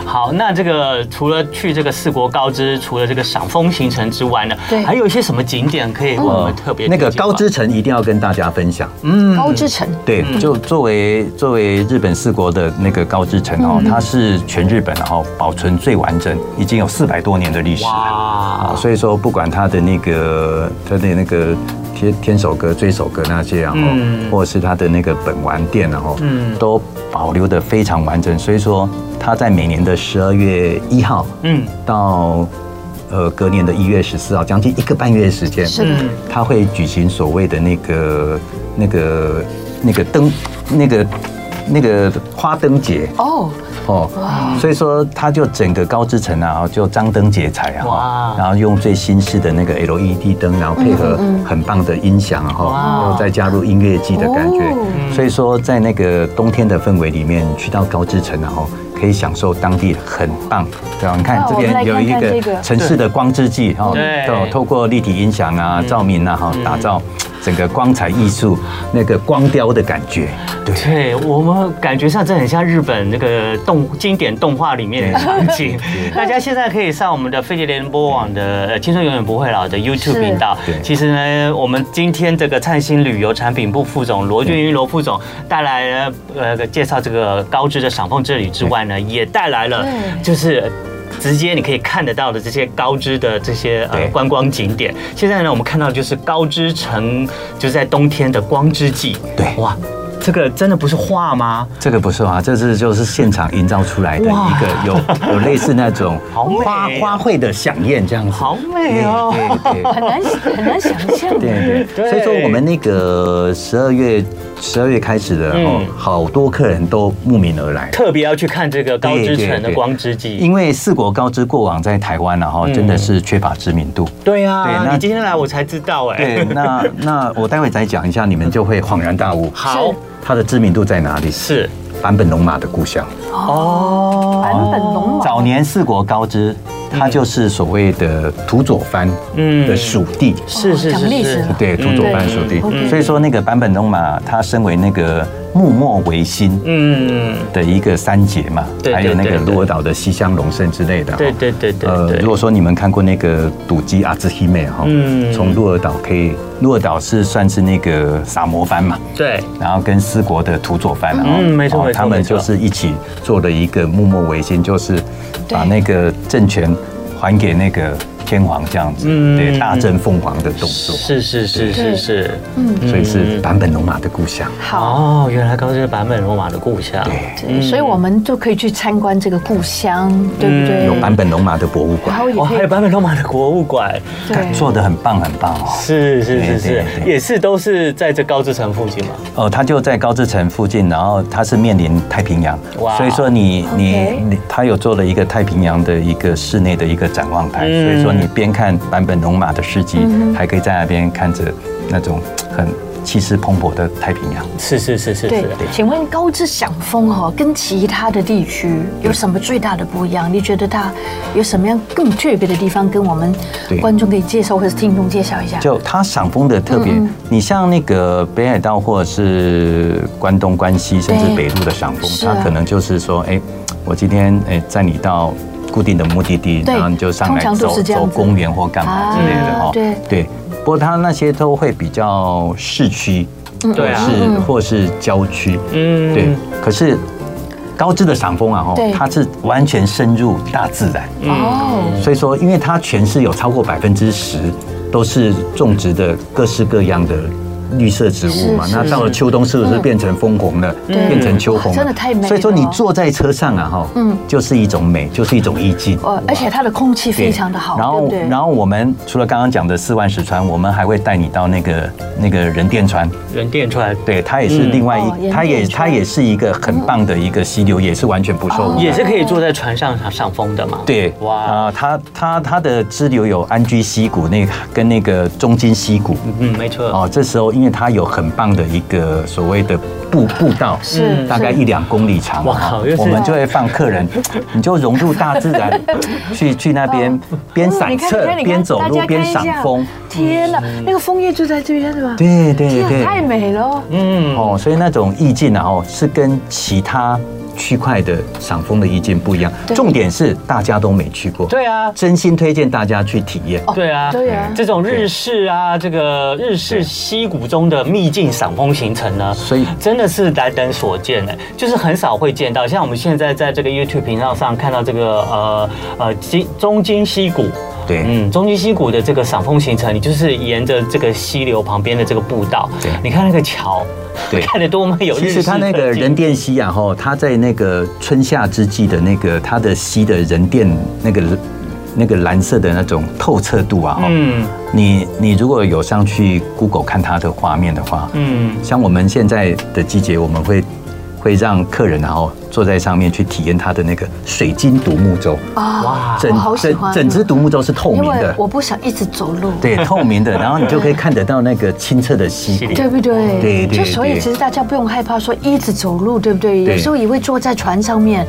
Speaker 3: 好，那这个除了去这个四国高知，除了这个赏枫行程之外呢
Speaker 2: 对，
Speaker 3: 还有一些什么景点可以为我们特别
Speaker 4: 那个
Speaker 3: 推荐吗嗯
Speaker 4: 高知城一定要跟大家分享。
Speaker 2: 高知城
Speaker 4: 对，就作为作为日本四国的那个高知城
Speaker 2: 嗯
Speaker 4: 哦，它是全日本然后保存最完整，已经有四百多年的历史了。啊，
Speaker 3: 哇，
Speaker 4: 所以说不管它的那个它的那个天天守阁、追守阁那些啊，然后、
Speaker 3: 嗯
Speaker 4: 或者是它的那个本丸殿啊，然后、
Speaker 3: 嗯
Speaker 4: 都保留的非常完整。所以说它在每年的十二月一号
Speaker 3: 嗯
Speaker 4: 到呃隔年的一月十四号，将近一个半月的时间，
Speaker 2: 是的，
Speaker 3: 嗯，
Speaker 4: 他会举行所谓的那个、那个、那个灯、那个、那个花灯节
Speaker 2: 哦，
Speaker 4: 哦，所以说他就整个高知城啊，就张灯结彩啊
Speaker 3: 哇，
Speaker 4: 然后用最新式的那个 LED 灯，然后配
Speaker 2: 嗯
Speaker 4: 合很棒的音响啊，
Speaker 3: 哇
Speaker 4: 然后再加入音乐季的感觉
Speaker 2: 哦，
Speaker 4: 所以说在那个冬天的氛围里面，去到高知城然后。哦可以享受当地很棒，对吧？你看
Speaker 2: 哇
Speaker 4: 这
Speaker 2: 我们来
Speaker 4: 边有
Speaker 2: 看
Speaker 4: 一
Speaker 2: 看这
Speaker 4: 个
Speaker 2: 个
Speaker 4: 城市的光之季哦，
Speaker 3: 对
Speaker 4: 对透过立体音响
Speaker 2: 嗯
Speaker 4: 啊、照明啊，哈，打造整个光彩艺术那个光雕的感觉，对。
Speaker 3: 对我们感觉上这很像日本那个动经典动画里面的场景。大家现在可以上我们的飞碟联播网的呃“青春永远不会老”的 YouTube
Speaker 2: 是
Speaker 3: 频道
Speaker 4: 对。
Speaker 3: 其实呢，我们今天这个灿星旅游产品部副总罗俊云罗副总带来了呃介绍这个高知的赏枫之旅之外呢，也带来了
Speaker 2: 对
Speaker 3: 就是。直接你可以看得到的这些高知的这些呃
Speaker 4: 对
Speaker 3: 观光景点，现在呢我们看到就是高知城，就是在冬天的光之季，
Speaker 4: 对
Speaker 3: 哇，这个真的不是画吗？
Speaker 4: 这个不是啊，这是就是现场营造出来的一
Speaker 3: 哇
Speaker 4: 个有有类似那种
Speaker 3: [laughs] 好美
Speaker 4: 花
Speaker 3: 哦
Speaker 4: 花卉的响宴这样子，
Speaker 3: 好美哦！ [laughs]
Speaker 4: 对对
Speaker 2: 很难很难想象。
Speaker 4: [laughs] 对对，
Speaker 3: 对
Speaker 4: 所以说我们那个十二月十二月开始的哦
Speaker 3: 嗯，
Speaker 4: 好多客人都慕名而来。
Speaker 3: 特别要去看这个高知城的光之季。
Speaker 4: 因为四国高知过往在台湾然后真的是缺乏知名度。
Speaker 3: 对
Speaker 4: 对
Speaker 3: 啊，
Speaker 4: 那
Speaker 3: 你今天来我才知道哎。
Speaker 4: 对，
Speaker 3: [laughs]
Speaker 4: 那那我待会再讲一下，你们就会恍然大悟，
Speaker 3: 好
Speaker 4: 它的知名度在哪里？
Speaker 3: 是
Speaker 4: 坂本龙马的故乡。
Speaker 3: 哦，
Speaker 2: 版本龙马
Speaker 4: 早年四国高知，它就是所谓的土佐藩
Speaker 3: 嗯
Speaker 4: 的属地，
Speaker 3: 是是
Speaker 2: 哦讲
Speaker 3: 是
Speaker 2: 历史
Speaker 3: 是
Speaker 2: 了，
Speaker 4: 对土佐藩属地
Speaker 2: 嗯对，
Speaker 4: 所以说那个坂本龙马，他身为那个幕末维新
Speaker 3: 嗯，
Speaker 4: 的一个三杰嘛，
Speaker 3: 对对
Speaker 4: 还有那个
Speaker 3: 对对
Speaker 4: 鹿儿岛的西乡隆盛之类的，
Speaker 3: 对对对对
Speaker 4: 呃，如
Speaker 3: 对。
Speaker 4: 果说你们看过那个赌鸡阿兹希妹哈
Speaker 3: 嗯，
Speaker 4: 从鹿儿岛可以，鹿儿岛是算是那个萨摩藩嘛，
Speaker 3: 对，
Speaker 4: 然后跟四国的土佐藩，然后
Speaker 3: 嗯没错
Speaker 4: 哦
Speaker 3: 没错
Speaker 4: 他们
Speaker 3: 没错
Speaker 4: 就是一起做了一个幕末维新，就是把
Speaker 2: 对
Speaker 4: 那个政权还给那个天皇这样子，
Speaker 3: 嗯
Speaker 4: 对，大政奉还的动作，
Speaker 3: 是是是是是，
Speaker 2: 嗯，
Speaker 4: 所以是坂本龙马的故乡。
Speaker 2: 好。
Speaker 3: 哦，原来高知是版本罗马的故乡。
Speaker 4: 对，
Speaker 2: 对所以我们就可以去参观这个故乡，对不对？
Speaker 3: 嗯
Speaker 4: 有坂本龙马的博物
Speaker 2: 然
Speaker 4: 馆，
Speaker 2: 后也
Speaker 3: 哇，还
Speaker 2: 可
Speaker 3: 有
Speaker 2: 以
Speaker 3: 版本罗马的博物馆，
Speaker 2: 对
Speaker 4: 做的很棒很棒哦。
Speaker 3: 是是是是
Speaker 4: 对对，对
Speaker 3: 也是都是在这高知城附近嘛。
Speaker 4: 哦，它就在高志城附近，然后它是面临太平洋，
Speaker 3: 哇
Speaker 4: 所以说你你
Speaker 2: OK
Speaker 4: 你，它有做了一个太平洋的一个室内的一个展望台，
Speaker 3: 嗯
Speaker 2: 嗯
Speaker 4: 所以说你边看坂本龙马的事迹，还可以在那边看着那种很气势蓬勃的太平洋。
Speaker 3: 是是是是
Speaker 2: 对
Speaker 3: 是。，
Speaker 2: 请问高志享风哦，跟其他的地区有什么最大的不一样？你觉得它有什么样更特别的地方，跟我们
Speaker 4: 对
Speaker 2: 观众可以介绍或者是听众介绍一下？
Speaker 4: 就它赏枫的特
Speaker 2: 嗯
Speaker 4: 别，你像那个北海道或者是关东、关西，甚至
Speaker 2: 对
Speaker 4: 北陆的赏枫，
Speaker 2: 是啊
Speaker 4: 它可能就是说，哎，我今天哎载你到固定的目的地，
Speaker 2: 对
Speaker 4: 然后你就上
Speaker 2: 通
Speaker 4: 来
Speaker 2: 常都
Speaker 4: 走
Speaker 2: 是这样
Speaker 4: 走
Speaker 2: 子
Speaker 4: 公园或干嘛之类的
Speaker 2: 啊
Speaker 4: 哈。
Speaker 2: 对
Speaker 4: 对，不过它那些都会比较市区，
Speaker 2: 嗯
Speaker 3: 对啊
Speaker 4: 或是或是郊区，
Speaker 3: 嗯
Speaker 4: 对。可是高知的赏枫啊，哈
Speaker 2: 对，
Speaker 4: 它是完全深入大自然。
Speaker 2: 哦，
Speaker 4: 所以说，因为它全市有超过百分之十都是种植的各式各样的绿色植物嘛
Speaker 2: 是，是嗯
Speaker 4: 那到了秋冬是不是变成枫红了，
Speaker 2: 对啊
Speaker 4: 变成秋红了？
Speaker 2: 哇真的太美了
Speaker 4: 所以说，你坐在车上啊，哈，
Speaker 2: 嗯
Speaker 4: 嗯，就是一种美，就是一种意境。
Speaker 2: 呃，而且它的空气非常的好，
Speaker 4: 然
Speaker 2: 对不
Speaker 4: 后，
Speaker 2: 对？
Speaker 4: 然后我们除了刚刚讲的四万石川，我们还会带你到那个那个人电川，
Speaker 3: 人电船
Speaker 4: 对，它也是另外
Speaker 2: 哦人
Speaker 4: 一，
Speaker 2: 淀
Speaker 4: 它也
Speaker 2: 川
Speaker 4: 它也是一个很棒的一个溪流，也是完全不受污染。
Speaker 3: 也是可以坐在船上赏赏枫的嘛。
Speaker 4: 对，
Speaker 3: 嗯
Speaker 4: 哇
Speaker 3: 哇，
Speaker 4: 啊、它它它的支流有安居溪谷那个跟那个中金溪谷
Speaker 3: 嗯，没错。
Speaker 4: 哦，这时候因为它有很棒的一个所谓的步步道，
Speaker 2: 是
Speaker 4: 大概
Speaker 2: 是
Speaker 4: 一两公里长，
Speaker 3: 哇靠
Speaker 4: 哦
Speaker 3: 又是
Speaker 4: 我们就会放
Speaker 2: [laughs]
Speaker 4: 客人，你就融入大自然，去去那边边散
Speaker 2: 嗯你看哦你
Speaker 4: 策
Speaker 2: 看你看
Speaker 4: 边走
Speaker 2: 大
Speaker 4: 路
Speaker 2: 家
Speaker 4: 边
Speaker 2: 看一
Speaker 4: 赏
Speaker 2: 下
Speaker 4: 风，
Speaker 2: 天哪，那个枫叶就在这边，嗯对吧？
Speaker 4: 对对
Speaker 2: 天啊
Speaker 4: 对，
Speaker 2: 太美了哦。
Speaker 3: 嗯，
Speaker 4: 哦，所以那种意境啊，哦，是跟其他区块的赏枫的意境不一样。
Speaker 2: 对
Speaker 4: 重点是大家都没去过，
Speaker 3: 对啊，
Speaker 4: 真心推荐大家去体验。
Speaker 2: 哦
Speaker 3: 对啊，
Speaker 2: 对啊
Speaker 3: 这种日式啊，这个日式溪谷中的秘境赏枫行程呢，
Speaker 4: 所以
Speaker 3: 真的是难等所见的，就是很少会见到。像我们现在在这个 YouTube 频道上看到这个呃呃金中金溪谷。
Speaker 4: 对
Speaker 3: 嗯，中金溪谷的这个赏枫行程，你就是沿着这个溪流旁边的这个步道
Speaker 4: 对，
Speaker 3: 你看那个桥，
Speaker 4: 对
Speaker 3: [laughs] 看得多么有
Speaker 4: 其
Speaker 3: 日
Speaker 4: 实
Speaker 3: 式
Speaker 4: 它那个
Speaker 3: 特技
Speaker 4: 人殿溪啊，吼，它在那个春夏之际的那个它的溪的人殿那个那个蓝色的那种透彻度啊，吼，
Speaker 3: 嗯
Speaker 4: 你你如果有上去 Google 看它的画面的话，
Speaker 3: 嗯，
Speaker 4: 像我们现在的季节，我们会会让客人然后坐在上面去体验它的那个水晶独木舟，
Speaker 2: 啊
Speaker 3: 哇，
Speaker 2: 我好喜欢啊
Speaker 4: 整整只独木舟是透
Speaker 2: 因
Speaker 4: 明
Speaker 2: 为
Speaker 4: 的，
Speaker 2: 我不想一直走路，
Speaker 4: 对，透明的，然后你就可以看得到那个清澈的溪
Speaker 3: 溪
Speaker 4: 谷
Speaker 3: 流。
Speaker 2: 对不对？
Speaker 4: 对对
Speaker 2: 就所以
Speaker 4: 对
Speaker 2: 其实大家不用害怕说一直走路，对不对？
Speaker 4: 对嗯
Speaker 2: 有时候也会坐在船上面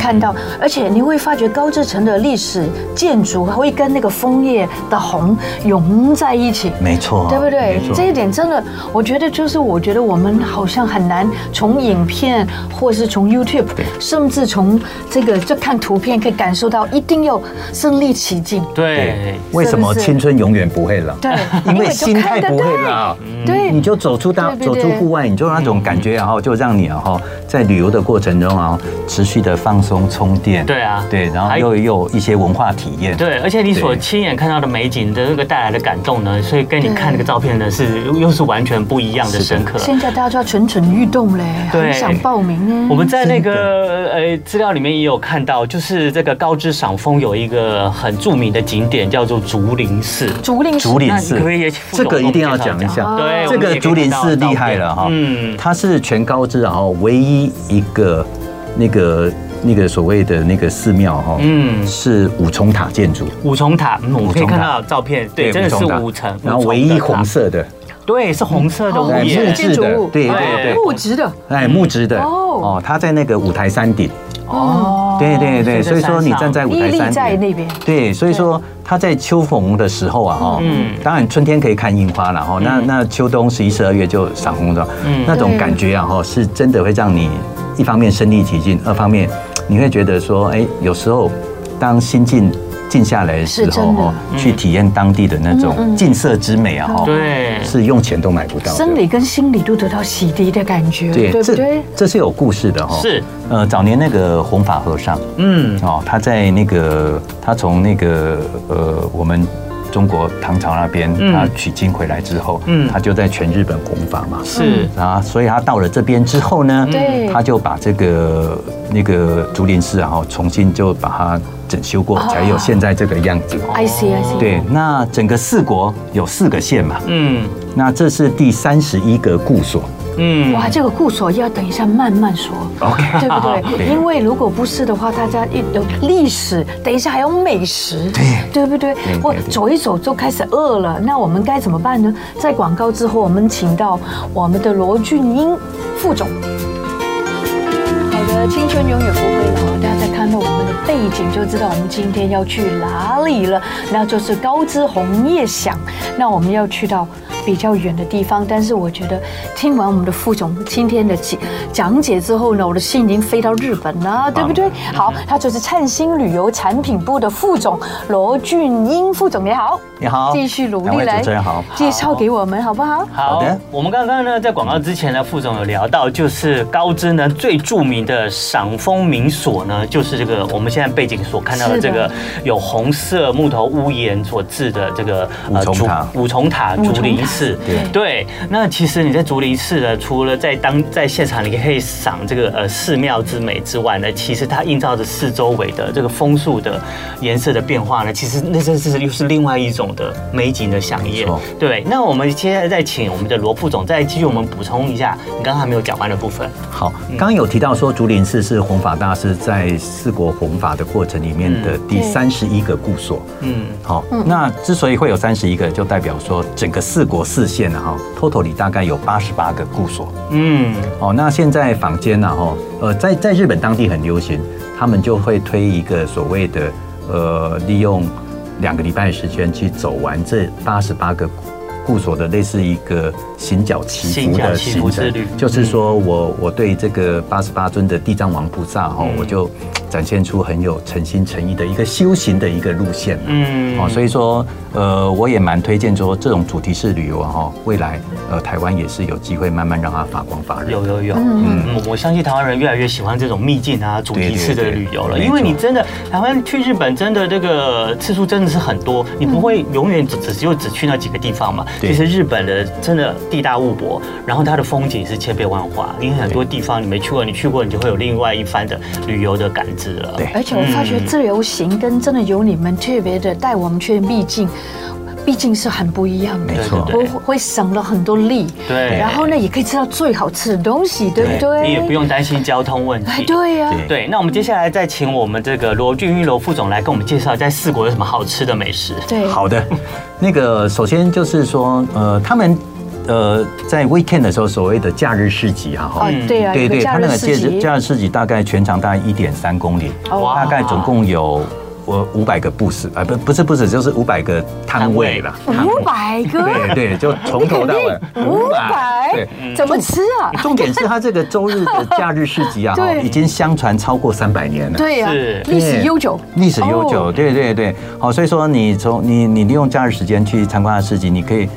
Speaker 2: 看到，而且你会发觉高志城的历史建筑会跟那个枫叶的红融在一起。
Speaker 4: 没错，
Speaker 2: 对不对
Speaker 4: 没？错
Speaker 2: 这一点真的，我觉得就是，我觉得我们好像很难从影片，或是从 YouTube，甚至从这个就看图片，可以感受到，一定要身临其境。
Speaker 3: 对，
Speaker 4: 为什么
Speaker 2: 是不是
Speaker 4: 青春永远不会老？
Speaker 2: 对，
Speaker 4: [laughs] 因为
Speaker 2: 就
Speaker 4: 心
Speaker 2: 看
Speaker 4: 态
Speaker 2: 得
Speaker 4: 不会
Speaker 2: 到
Speaker 4: 老。嗯
Speaker 2: 对，
Speaker 4: 你就走出大
Speaker 2: 对对
Speaker 4: 走
Speaker 2: 对
Speaker 4: 出户外，你就有那种感觉，然后就让你然后在旅游的过程中啊，持续的放松充电。
Speaker 3: 对啊
Speaker 4: 对，然后
Speaker 3: 还
Speaker 4: 又又有一些文化体验。
Speaker 3: 对，而且你所
Speaker 4: 对
Speaker 3: 亲眼看到的美景的那个带来的感动呢，所以跟你看那个照片呢是又又是完全不一样的深刻。
Speaker 2: 现在大家蠢蠢欲动嘞，
Speaker 3: 对
Speaker 2: 很想报名呢。
Speaker 3: 我们在那个呃资料里面也有看到，就是这个高知赏枫有一个很著名的景点叫做竹林寺，
Speaker 2: 竹林
Speaker 4: 竹林
Speaker 3: 那
Speaker 4: 寺
Speaker 3: 你可不可以也
Speaker 4: 这个一定要讲一
Speaker 3: 介
Speaker 4: 下
Speaker 2: 绍。
Speaker 3: 对，
Speaker 4: 哦这
Speaker 3: 我们
Speaker 4: 个
Speaker 3: 也
Speaker 4: 竹林寺
Speaker 3: 看到
Speaker 4: 厉害了哈
Speaker 3: 照片嗯，
Speaker 4: 它是全高知然后唯一一个那个那个所谓的那个寺庙哈，
Speaker 3: 嗯
Speaker 4: 是五重塔建筑，
Speaker 3: 五重塔，嗯，我们可以
Speaker 4: 五重塔
Speaker 3: 看到照片，对，真的是
Speaker 4: 重塔
Speaker 3: 五层，
Speaker 4: 然
Speaker 3: 五
Speaker 4: 后
Speaker 3: 重
Speaker 4: 唯一
Speaker 3: 的塔
Speaker 4: 红，色的，
Speaker 3: 对，是红色的
Speaker 2: 哦
Speaker 3: 屋
Speaker 4: 哎
Speaker 2: 红色
Speaker 4: 木
Speaker 3: 檐，
Speaker 4: 质
Speaker 2: 建
Speaker 4: 的
Speaker 2: 筑物，
Speaker 4: 对
Speaker 3: 对对
Speaker 2: 哦木质的，
Speaker 4: 哎木质的
Speaker 2: 哦
Speaker 4: 哦，它在那个五台山顶。
Speaker 2: 哦，
Speaker 4: 对对对，
Speaker 3: 所
Speaker 4: 所以
Speaker 3: 以在山
Speaker 4: 说
Speaker 3: 上
Speaker 4: 你站在五
Speaker 2: 嗯屹
Speaker 4: 台
Speaker 2: 立
Speaker 4: 山
Speaker 2: 在
Speaker 4: 顶
Speaker 2: 那边。
Speaker 4: 对，所以说它在秋红的时候啊，哦，
Speaker 2: 嗯
Speaker 4: 当然春天可以看樱花了哈，哦那那秋冬十一、十二月就赏红了，
Speaker 2: 嗯
Speaker 4: 那种感觉啊，哈，是真的会让你一方面身临其境，二方面你会觉得说，哎，有时候当心境静下来的时
Speaker 2: 是真的
Speaker 4: 候，
Speaker 2: 嗯
Speaker 4: 哦，去体验当地的那种近色之美啊，哈，
Speaker 3: 对
Speaker 4: 是用钱都买不到的，
Speaker 2: 生理跟心理都得到洗涤的感觉，对不
Speaker 4: 这
Speaker 2: 对？
Speaker 4: 这是有故事的哈、
Speaker 3: 是，
Speaker 4: 呃，早年那个弘法和尚，
Speaker 3: 嗯，
Speaker 4: 哦，他在那个他从那个呃我们中国唐朝那边
Speaker 3: 嗯
Speaker 4: 他取经回来之后，
Speaker 3: 嗯
Speaker 4: 他就在全日本弘法嘛，
Speaker 3: 是
Speaker 4: 啊，所以他到了这边之后呢，
Speaker 2: 对
Speaker 4: 他就把这个那个竹林寺啊，然后重新就把它整修
Speaker 3: 啊
Speaker 4: 过，才有现在这个样子。
Speaker 2: I see I see，
Speaker 4: 对，那整个四国有四个县嘛，
Speaker 3: 嗯，
Speaker 4: 那这是第三十一个固所，
Speaker 3: 嗯
Speaker 2: 哇，这个固守要等一下慢慢说
Speaker 4: [laughs] OK
Speaker 2: 对不对？
Speaker 4: 对
Speaker 2: 因为如果不是的话，大家一有历史，等一下还有美食，
Speaker 4: 对
Speaker 2: 对不对
Speaker 4: 对？
Speaker 2: 或
Speaker 4: 对对
Speaker 2: 走一走就开始饿了，那我们该怎么办呢？在广告之后，我们请到我们的罗俊英副总。好的，青春永远不会老。大家再看到我们的背景，就知道我们今天要去哪里了。那就是高知红叶响。那我们要去到比较远的地方，但是我觉得听完我们的副总今天的讲讲解之后呢，我的心已经飞到日本了，对不对？好，他就是灿星旅游产品部的副总罗俊英副总，你好，
Speaker 4: 你好
Speaker 2: 继续努
Speaker 4: 两
Speaker 2: 力
Speaker 4: 位
Speaker 2: 来
Speaker 4: 主持人好
Speaker 2: 介绍给我们好不好？
Speaker 3: 好
Speaker 4: 好的，
Speaker 3: 我们刚刚呢在广告之前呢，副总有聊到，就是高知呢最著名的赏枫名所呢，就是这个我们现在背景所看到的
Speaker 2: 是的
Speaker 3: 这个有红色木头屋檐所制的这个呃
Speaker 4: 五重
Speaker 3: 竹
Speaker 4: 塔
Speaker 3: 五重塔
Speaker 2: 重塔
Speaker 3: 竹林寺。
Speaker 4: 对
Speaker 3: 对，那其实你在竹林寺呢，除了在当在现场你可以赏这个呃寺庙之美之外呢，其实它映照着四周围的这个枫树的颜色的变化呢，其实那真是又是另外一种的美景的飨宴
Speaker 4: 没错。
Speaker 3: 对，那我们现在再请我们的罗副总再继续我们补充一下你刚刚还没有讲完的部分。
Speaker 4: 好，刚刚有提到说竹林寺是弘法大师在四国弘法的过程里面的第
Speaker 2: 嗯
Speaker 4: 三十一个固所。
Speaker 3: 嗯，
Speaker 4: 好，那之所以会有三十一个，就代表说整个四国四县啊，哈，total 里大概有八十八个固所。
Speaker 3: 嗯，
Speaker 4: 哦，那现在坊间呢，哈，呃，在在日本当地很流行，他们就会推一个所谓的呃，利用两个礼拜的时间去走完这八十八个固所的类似一个行脚祈福
Speaker 3: 行脚
Speaker 4: 的
Speaker 3: 祈福
Speaker 4: 行程
Speaker 3: 之旅，嗯
Speaker 4: 就是说我我对这个八十八尊的地藏王菩萨哈、
Speaker 3: 嗯
Speaker 4: 我就展现出很有诚心诚意的一个修行的一个路线。
Speaker 3: 嗯
Speaker 4: 哦，所以说，呃，我也蛮推荐说这种主题式旅游啊，哈，未来呃台湾也是有机会慢慢让它发光发热。
Speaker 3: 有有有，
Speaker 2: 嗯
Speaker 3: 嗯，我相信台湾人越来越喜欢这种秘境啊、主题式的旅游了，
Speaker 4: 对对对
Speaker 3: 因为你
Speaker 4: 没错
Speaker 3: 真的台湾去日本真的这个次数真的是很多，你不会永远只只只有只去那几个地方嘛。
Speaker 4: 嗯对
Speaker 3: 其实日本的真的地大物博，然后它的风景是千变万化，因为很多地方你没去过，你去过你就会有另外一番的旅游的感知了。
Speaker 4: 对
Speaker 2: 而且我发觉
Speaker 3: 嗯
Speaker 2: 自由行跟真的有你们特别的带我们去秘境，毕竟是很不一样的，
Speaker 4: 没错
Speaker 2: 我会省了很多力。
Speaker 3: 对
Speaker 2: 然后呢，也可以吃到最好吃的东西，对不对？
Speaker 3: 你也不用担心交通问
Speaker 2: 哎，
Speaker 3: 题。
Speaker 2: 对呀、
Speaker 4: 对
Speaker 3: 对，那我们接下来再请我们这个罗俊玉罗副总来跟我们介绍在四国有什么好吃的美食。
Speaker 2: 对，
Speaker 4: 好的，那个首先就是说，呃，他们呃在 weekend 的时候，所谓的假日市集啊，哈
Speaker 2: 哦，
Speaker 3: 嗯
Speaker 2: 对呀、有
Speaker 4: 对
Speaker 2: 个
Speaker 4: 对，
Speaker 2: 假
Speaker 4: 它那
Speaker 2: 日
Speaker 4: 个
Speaker 2: 市
Speaker 4: 假日
Speaker 2: 集，
Speaker 4: 假日市集大概全长大概一点三公里，
Speaker 2: 哦
Speaker 4: 大概总共有我五百个布斯，啊，不不是布斯，就是五百个摊位啦。
Speaker 2: 五百个，
Speaker 4: 对对，就从头到尾嗯
Speaker 2: 五
Speaker 4: 对
Speaker 2: 百，，怎么吃啊？
Speaker 4: 重点是它这个周日的假日市集啊，哈
Speaker 2: [laughs] 对
Speaker 4: 已经相传超过三百年了。
Speaker 2: 对呀、
Speaker 3: 是
Speaker 2: 历史悠久，
Speaker 4: 历史悠久，
Speaker 2: 哦
Speaker 4: 嗯对对对，好，所以说你从你你利用假日时间去参观它的市集，你可以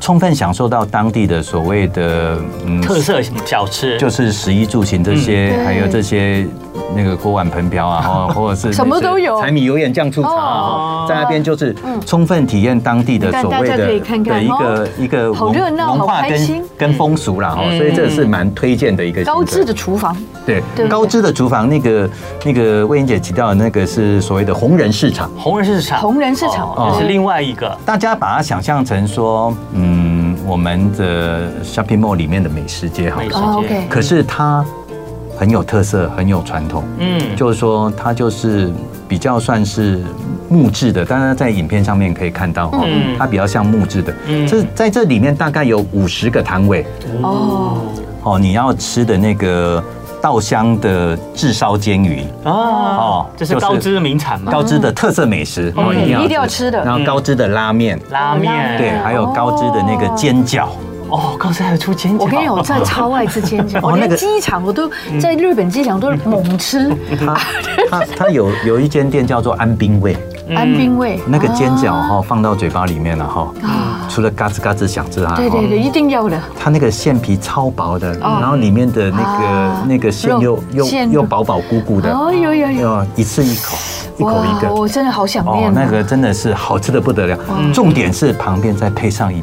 Speaker 4: 充分享受到当地的所谓的嗯
Speaker 3: 特色小吃
Speaker 4: 就是食衣住行这些，
Speaker 2: 嗯
Speaker 4: 还有这些那个锅碗盆瓢啊，
Speaker 2: [laughs]
Speaker 4: 或或者是
Speaker 2: 什么都有
Speaker 4: 类似柴米油盐酱醋茶
Speaker 2: 哦嗯
Speaker 4: 啊，在那边就是充分体验当地的
Speaker 2: 你看
Speaker 4: 所谓
Speaker 2: 大家可以
Speaker 4: 的
Speaker 2: 看看
Speaker 4: 的一
Speaker 2: 哦
Speaker 4: 个一个
Speaker 2: 好
Speaker 4: 文
Speaker 2: 热闹
Speaker 4: 文
Speaker 2: 好
Speaker 4: 化
Speaker 2: 开心嗯
Speaker 4: 跟跟风俗啦，哦，所以这是蛮推荐的一个
Speaker 2: 高
Speaker 4: 行
Speaker 2: 知
Speaker 4: 程
Speaker 2: 的厨房，
Speaker 4: 对
Speaker 2: 对不对
Speaker 4: 高知的厨房那个那个魏英姐提到的那个是所谓的红人市场。
Speaker 3: 红人市场，
Speaker 2: 红人市场
Speaker 3: 哦这是另外一个。
Speaker 4: 大家把它想象成说，嗯，我们的 shopping mall 里面的美食街好
Speaker 3: 美食
Speaker 4: 了，
Speaker 2: 哦
Speaker 3: 街
Speaker 2: ，OK
Speaker 4: 可是它很有特色，很有传统，
Speaker 3: 嗯，就
Speaker 4: 就是说它就是比较算是木质的，大家在影片上面可以看到哈
Speaker 3: 嗯，
Speaker 4: 它比较像木质的
Speaker 3: 嗯。
Speaker 4: 这在这里面大概有五十个摊位
Speaker 2: 哦，
Speaker 4: 哦，你要吃的那个稻香的炙烧煎鱼。
Speaker 3: 啊
Speaker 4: 哦，
Speaker 3: 这是高知名产嘛，
Speaker 4: 高知的特色美食，
Speaker 2: 嗯
Speaker 4: 哦
Speaker 2: 一定要吃的
Speaker 4: 然
Speaker 3: 嗯
Speaker 4: 后高知的拉面，
Speaker 3: 拉面，
Speaker 2: 哎
Speaker 4: 对，还
Speaker 2: 哦
Speaker 4: 有高知的那个煎饺，
Speaker 3: 哦，高知还有出煎饺，
Speaker 2: 我跟你讲，我真的超爱吃煎饺，我
Speaker 4: 哦那
Speaker 2: 连
Speaker 4: 个
Speaker 2: 机场我都
Speaker 3: 嗯
Speaker 2: 在日本机场都猛吃
Speaker 4: 它它它有有一间店叫做安冰味，
Speaker 3: 嗯
Speaker 2: 安冰味，
Speaker 4: 那个煎饺
Speaker 2: 啊
Speaker 4: 哈放到嘴巴里面了哈，
Speaker 2: 啊，
Speaker 4: 除了嘎吱嘎吱响之外，
Speaker 2: 对对对，
Speaker 4: 哈
Speaker 2: 一定要的，
Speaker 4: 它那个馅皮超薄的，然后里面的那
Speaker 2: 啊
Speaker 4: 个那个馅又
Speaker 2: 肉
Speaker 4: 又
Speaker 2: 馅
Speaker 4: 又薄薄鼓鼓的，
Speaker 2: 哦有有有，
Speaker 4: 哦，一次一口，一口一
Speaker 2: 哇，
Speaker 4: 个。
Speaker 2: 我真的好嗯想
Speaker 4: 哦
Speaker 2: 念，啊
Speaker 4: 那个真的是好吃的不得了，重点是旁边再配上一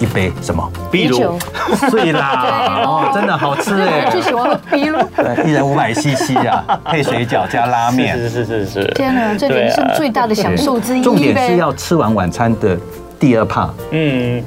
Speaker 4: 一杯
Speaker 2: [laughs]
Speaker 4: 什么
Speaker 3: 比
Speaker 2: 啤酒
Speaker 3: 如
Speaker 4: 碎啦，哦，真的好吃
Speaker 2: 对，
Speaker 4: 哎
Speaker 2: [laughs] 我，最喜欢喝啤露。
Speaker 4: 对一人五百 CC
Speaker 3: [laughs]
Speaker 4: 啊，配水饺加拉面，
Speaker 3: 是是是是是，
Speaker 2: 天哪，这
Speaker 3: 对
Speaker 2: 人
Speaker 3: 啊
Speaker 4: 啊
Speaker 2: 生最大的享受之一呗。
Speaker 4: 重点是要吃完晚餐的第二趴，
Speaker 3: 嗯，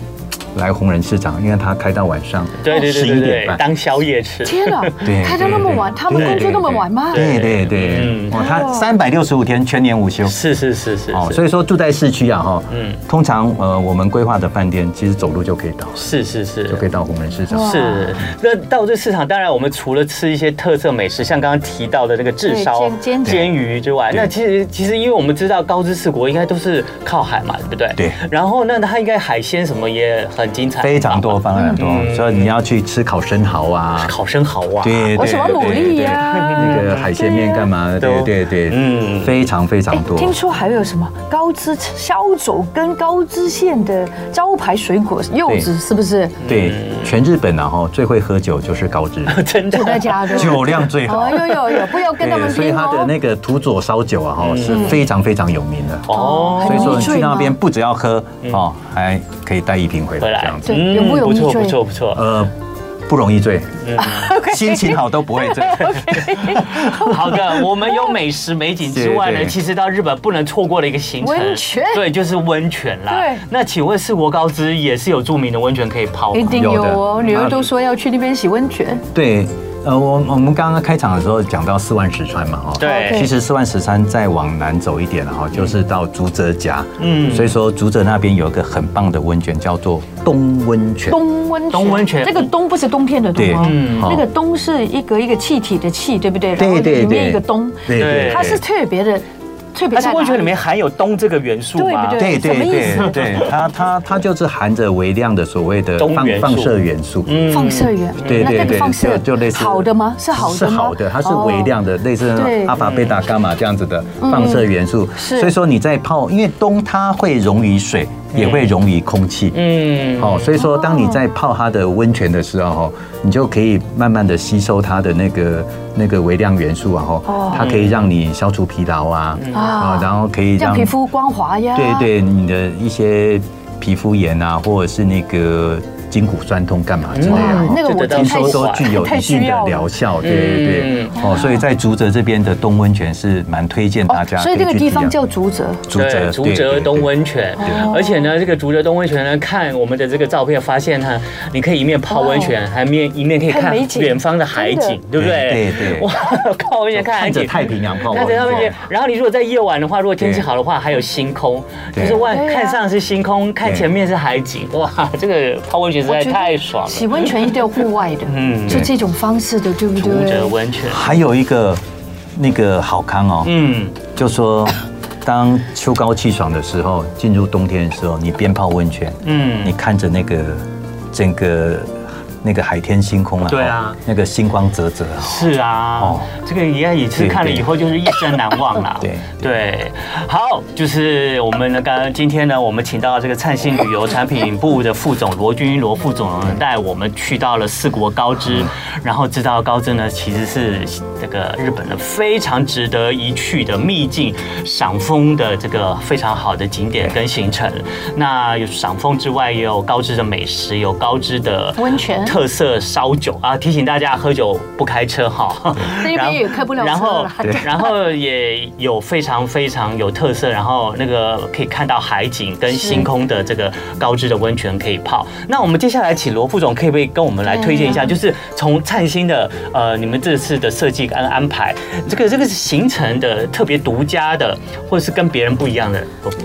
Speaker 4: 来红人市场，因为它开到晚上，
Speaker 3: 对对对
Speaker 4: 十一
Speaker 3: 对
Speaker 4: 点
Speaker 3: 对，
Speaker 4: 半。
Speaker 3: 当宵夜吃。
Speaker 2: 天啊
Speaker 4: 对，
Speaker 2: 开到那么晚，
Speaker 4: 对对
Speaker 2: 他们工作那么晚吗？
Speaker 4: 对对对，
Speaker 3: 嗯
Speaker 4: 哦，它三百六十五天全年无休。
Speaker 3: 是是是是
Speaker 4: 哦，
Speaker 3: 是
Speaker 4: 所以说住在市区啊，哈，嗯
Speaker 3: 嗯，
Speaker 4: 通常呃我们规划的饭店其实走路就可以到，
Speaker 3: 是是是
Speaker 4: 就可以到红人市场。
Speaker 2: 哇
Speaker 3: 是，那到这市场，当然我们除了吃一些特色美食，像刚刚提到的那个炙烧
Speaker 2: 对煎煎
Speaker 3: 煎鱼之外，
Speaker 4: 对
Speaker 3: 那其实其实因为我们知道高知四国应该都是靠海嘛，对不对？
Speaker 4: 对
Speaker 3: 然后那它应该海鲜什么也很精彩，
Speaker 4: 非常多，非常多，
Speaker 3: 嗯
Speaker 4: 所以你要去吃烤生蚝啊，
Speaker 3: 烤生蚝啊，
Speaker 4: 对，
Speaker 2: 我什么牡蛎呀哎
Speaker 4: 对对对那个海鲜面干嘛？
Speaker 3: 对
Speaker 4: 对
Speaker 3: 啊
Speaker 4: 对对，嗯，
Speaker 3: 嗯
Speaker 4: 非常非
Speaker 2: 哎
Speaker 4: 常，多。
Speaker 2: 听说还有什么高知萧走跟高知县的招牌水果柚子，是不是？
Speaker 4: 对，全日本啊，哈，最会喝酒就是高知，
Speaker 3: [laughs] 真的
Speaker 2: 住在家
Speaker 4: [laughs]
Speaker 2: 的。
Speaker 4: 酒量最好
Speaker 2: 哦，。有有有，不要跟他
Speaker 4: 对，
Speaker 2: 们
Speaker 4: 所以
Speaker 2: 拼
Speaker 4: 它的
Speaker 2: 哦。
Speaker 4: 那个土佐烧酒啊，哈，是非常非常有名的。
Speaker 3: 哦
Speaker 4: 所以说
Speaker 2: 容易
Speaker 4: 你
Speaker 2: 醉
Speaker 4: 去那边
Speaker 2: 吗
Speaker 4: 不只要喝哦，还可以带一瓶回
Speaker 3: 回
Speaker 4: 来
Speaker 3: 来
Speaker 4: 这
Speaker 3: 嗯
Speaker 4: 样，子。
Speaker 2: 对有木有
Speaker 3: 不
Speaker 2: 蜜
Speaker 3: 错
Speaker 2: 醉
Speaker 3: 不错不
Speaker 4: [laughs]
Speaker 3: 错，
Speaker 4: 呃，不容易醉，
Speaker 2: OK
Speaker 4: [laughs] 心情好都不会醉。
Speaker 3: 好的，我们有美食美景之外
Speaker 4: 对
Speaker 3: 呢，
Speaker 4: 对
Speaker 3: 其实到日本不能错过的一个行程，
Speaker 2: 温泉
Speaker 3: 对，就是温泉啦。
Speaker 2: 对
Speaker 3: 那请问四国高知也是有著名的温泉可以泡
Speaker 2: 一
Speaker 3: 吗？
Speaker 2: 定有哦，
Speaker 4: 有的嗯
Speaker 2: 女儿都说要去那边洗温泉。
Speaker 4: 对，呃，我我们刚刚开场的时候讲到四万石川嘛，哦，
Speaker 3: 对
Speaker 2: OK
Speaker 4: 其实四万石川再往南走一点，然后就是到竹泽峡，嗯，
Speaker 3: 嗯
Speaker 4: 所以说竹泽那边有一个很棒的温泉，叫做东温泉。
Speaker 2: 冬温泉
Speaker 3: 冬温泉
Speaker 2: 这个冬不是冬天的冬
Speaker 4: 对，
Speaker 2: 哦，
Speaker 4: 嗯，
Speaker 2: 那个冬是一个一个气体的气，对不对？然后
Speaker 4: 对对
Speaker 2: 里面
Speaker 4: 对，
Speaker 2: 一个冬，
Speaker 4: 对对，
Speaker 3: 对
Speaker 2: 它是特别的，啊特别在
Speaker 3: 但是
Speaker 2: 哪
Speaker 3: 温泉里面含有冬这个元素吗？
Speaker 2: 对
Speaker 4: 啊对
Speaker 2: 什么
Speaker 4: 对
Speaker 2: 意
Speaker 4: 对
Speaker 2: 思
Speaker 4: 对，它它它就是含着微量的所谓的
Speaker 3: 东
Speaker 4: 放
Speaker 3: 元素
Speaker 4: 放射元素，
Speaker 3: 嗯
Speaker 2: 放射源，
Speaker 4: 对
Speaker 2: 那
Speaker 4: 对
Speaker 2: 这个
Speaker 4: 对，
Speaker 2: 放
Speaker 4: 就
Speaker 2: 射
Speaker 4: 就类似
Speaker 2: 好的吗？是好的吗？
Speaker 4: 是好的，它是
Speaker 2: 哦
Speaker 4: 微量的，类似
Speaker 2: 对嗯
Speaker 4: 阿
Speaker 3: 嗯
Speaker 4: 法、贝塔、伽马这样子的放射元素。
Speaker 2: 是
Speaker 4: 所以说你在泡，因为冬它会溶于水，也会溶于空气。
Speaker 3: 嗯，
Speaker 4: 哦，所以说当你在泡它的温泉的时候，哦，你就可以慢慢的吸收它的那个那个微量元素啊，
Speaker 2: 哦
Speaker 4: 哦，它可以让你消除疲劳啊，啊
Speaker 2: 啊，
Speaker 4: 然后可以
Speaker 2: 让
Speaker 4: 让
Speaker 2: 皮肤哦光滑呀。
Speaker 4: 对。对，你的一些皮肤炎啊，或者是那个筋骨酸痛干嘛之类的
Speaker 2: 嗯哇
Speaker 4: 哦，
Speaker 2: 啊那个我
Speaker 3: 这
Speaker 2: 真
Speaker 3: 个
Speaker 4: 听
Speaker 2: 太
Speaker 4: 说都具有
Speaker 2: 太
Speaker 4: 一
Speaker 2: 需
Speaker 4: 定的
Speaker 2: 要了嗯
Speaker 4: 疗效，对对对。哦，所以在竹泽这边的冬温泉是蛮推荐大家
Speaker 2: 哦
Speaker 4: 可
Speaker 2: 所
Speaker 4: 以
Speaker 2: 以
Speaker 4: 去体
Speaker 2: 这
Speaker 4: 验。
Speaker 2: 个地方叫竹泽，
Speaker 4: 竹
Speaker 3: 对，
Speaker 4: 泽
Speaker 3: 竹泽冬。温泉
Speaker 2: 对，
Speaker 3: 而且呢，这个竹泽冬温泉呢，看我们的这个照片发现呢，你可以一面泡温泉，还面一面可以
Speaker 2: 哦看
Speaker 3: 看
Speaker 2: 美景
Speaker 3: 远方的海景，对
Speaker 4: 对
Speaker 3: 不
Speaker 4: 对
Speaker 3: 对？
Speaker 4: 对对
Speaker 3: 哇， [laughs] 泡温
Speaker 4: 对
Speaker 3: 泉看海
Speaker 4: 看着
Speaker 3: 景，
Speaker 4: 太平洋泡
Speaker 3: 看着上
Speaker 4: 温
Speaker 3: 面
Speaker 4: 泉
Speaker 3: 去，，然后你如果在夜晚的话，如果天气
Speaker 4: 对
Speaker 3: 好的话，还有星空，
Speaker 4: 对
Speaker 3: 就是外
Speaker 2: 对啊
Speaker 3: 看上是星空，看前面是海景，哇，这个泡温泉实在太爽了。
Speaker 2: 洗温泉一定要户外的，
Speaker 3: 嗯
Speaker 2: 就这种方式的，对不
Speaker 3: 竹
Speaker 2: 对
Speaker 3: 泽？温泉，
Speaker 4: 还有一个那个好康哦，
Speaker 3: 嗯，
Speaker 4: 就说当秋高气爽的时候，进入冬天的时候，你边泡温泉，
Speaker 3: 嗯
Speaker 4: 你看着那个整个那个海天星空啊，
Speaker 3: 对啊
Speaker 4: 哦，那个星光泽泽啊，
Speaker 3: 是啊，
Speaker 4: 哦
Speaker 3: 这个应该也是看了以后就是一生难忘啦。
Speaker 4: 对
Speaker 3: 对，好，就是我们呢，刚刚今天呢，我们请到这个灿星旅游产品部的副总罗军罗副总呢带我们去到了四国高知，
Speaker 4: 嗯
Speaker 3: 然后知道高知呢其实是这个日本的非常值得一去的秘境赏枫的这个非常好的景点跟行程。那有赏枫之外，也有高知的美食，有高知的
Speaker 2: 温泉
Speaker 3: 特色烧酒啊！提醒大家喝酒不开
Speaker 2: [laughs]
Speaker 3: 车哈。
Speaker 2: 那边也开不了车了
Speaker 3: 然后
Speaker 2: [laughs] 对，
Speaker 3: 然后也有非常非常有特色，然后那个可以看到海景跟星空的这个高知的温泉可以泡。那我们接下来请罗副总，可不可以跟我们来推荐一下？就是从灿星的呃，你们这次的设计跟安排，这个这个行程的特别独家的，或者是跟别人不一样的，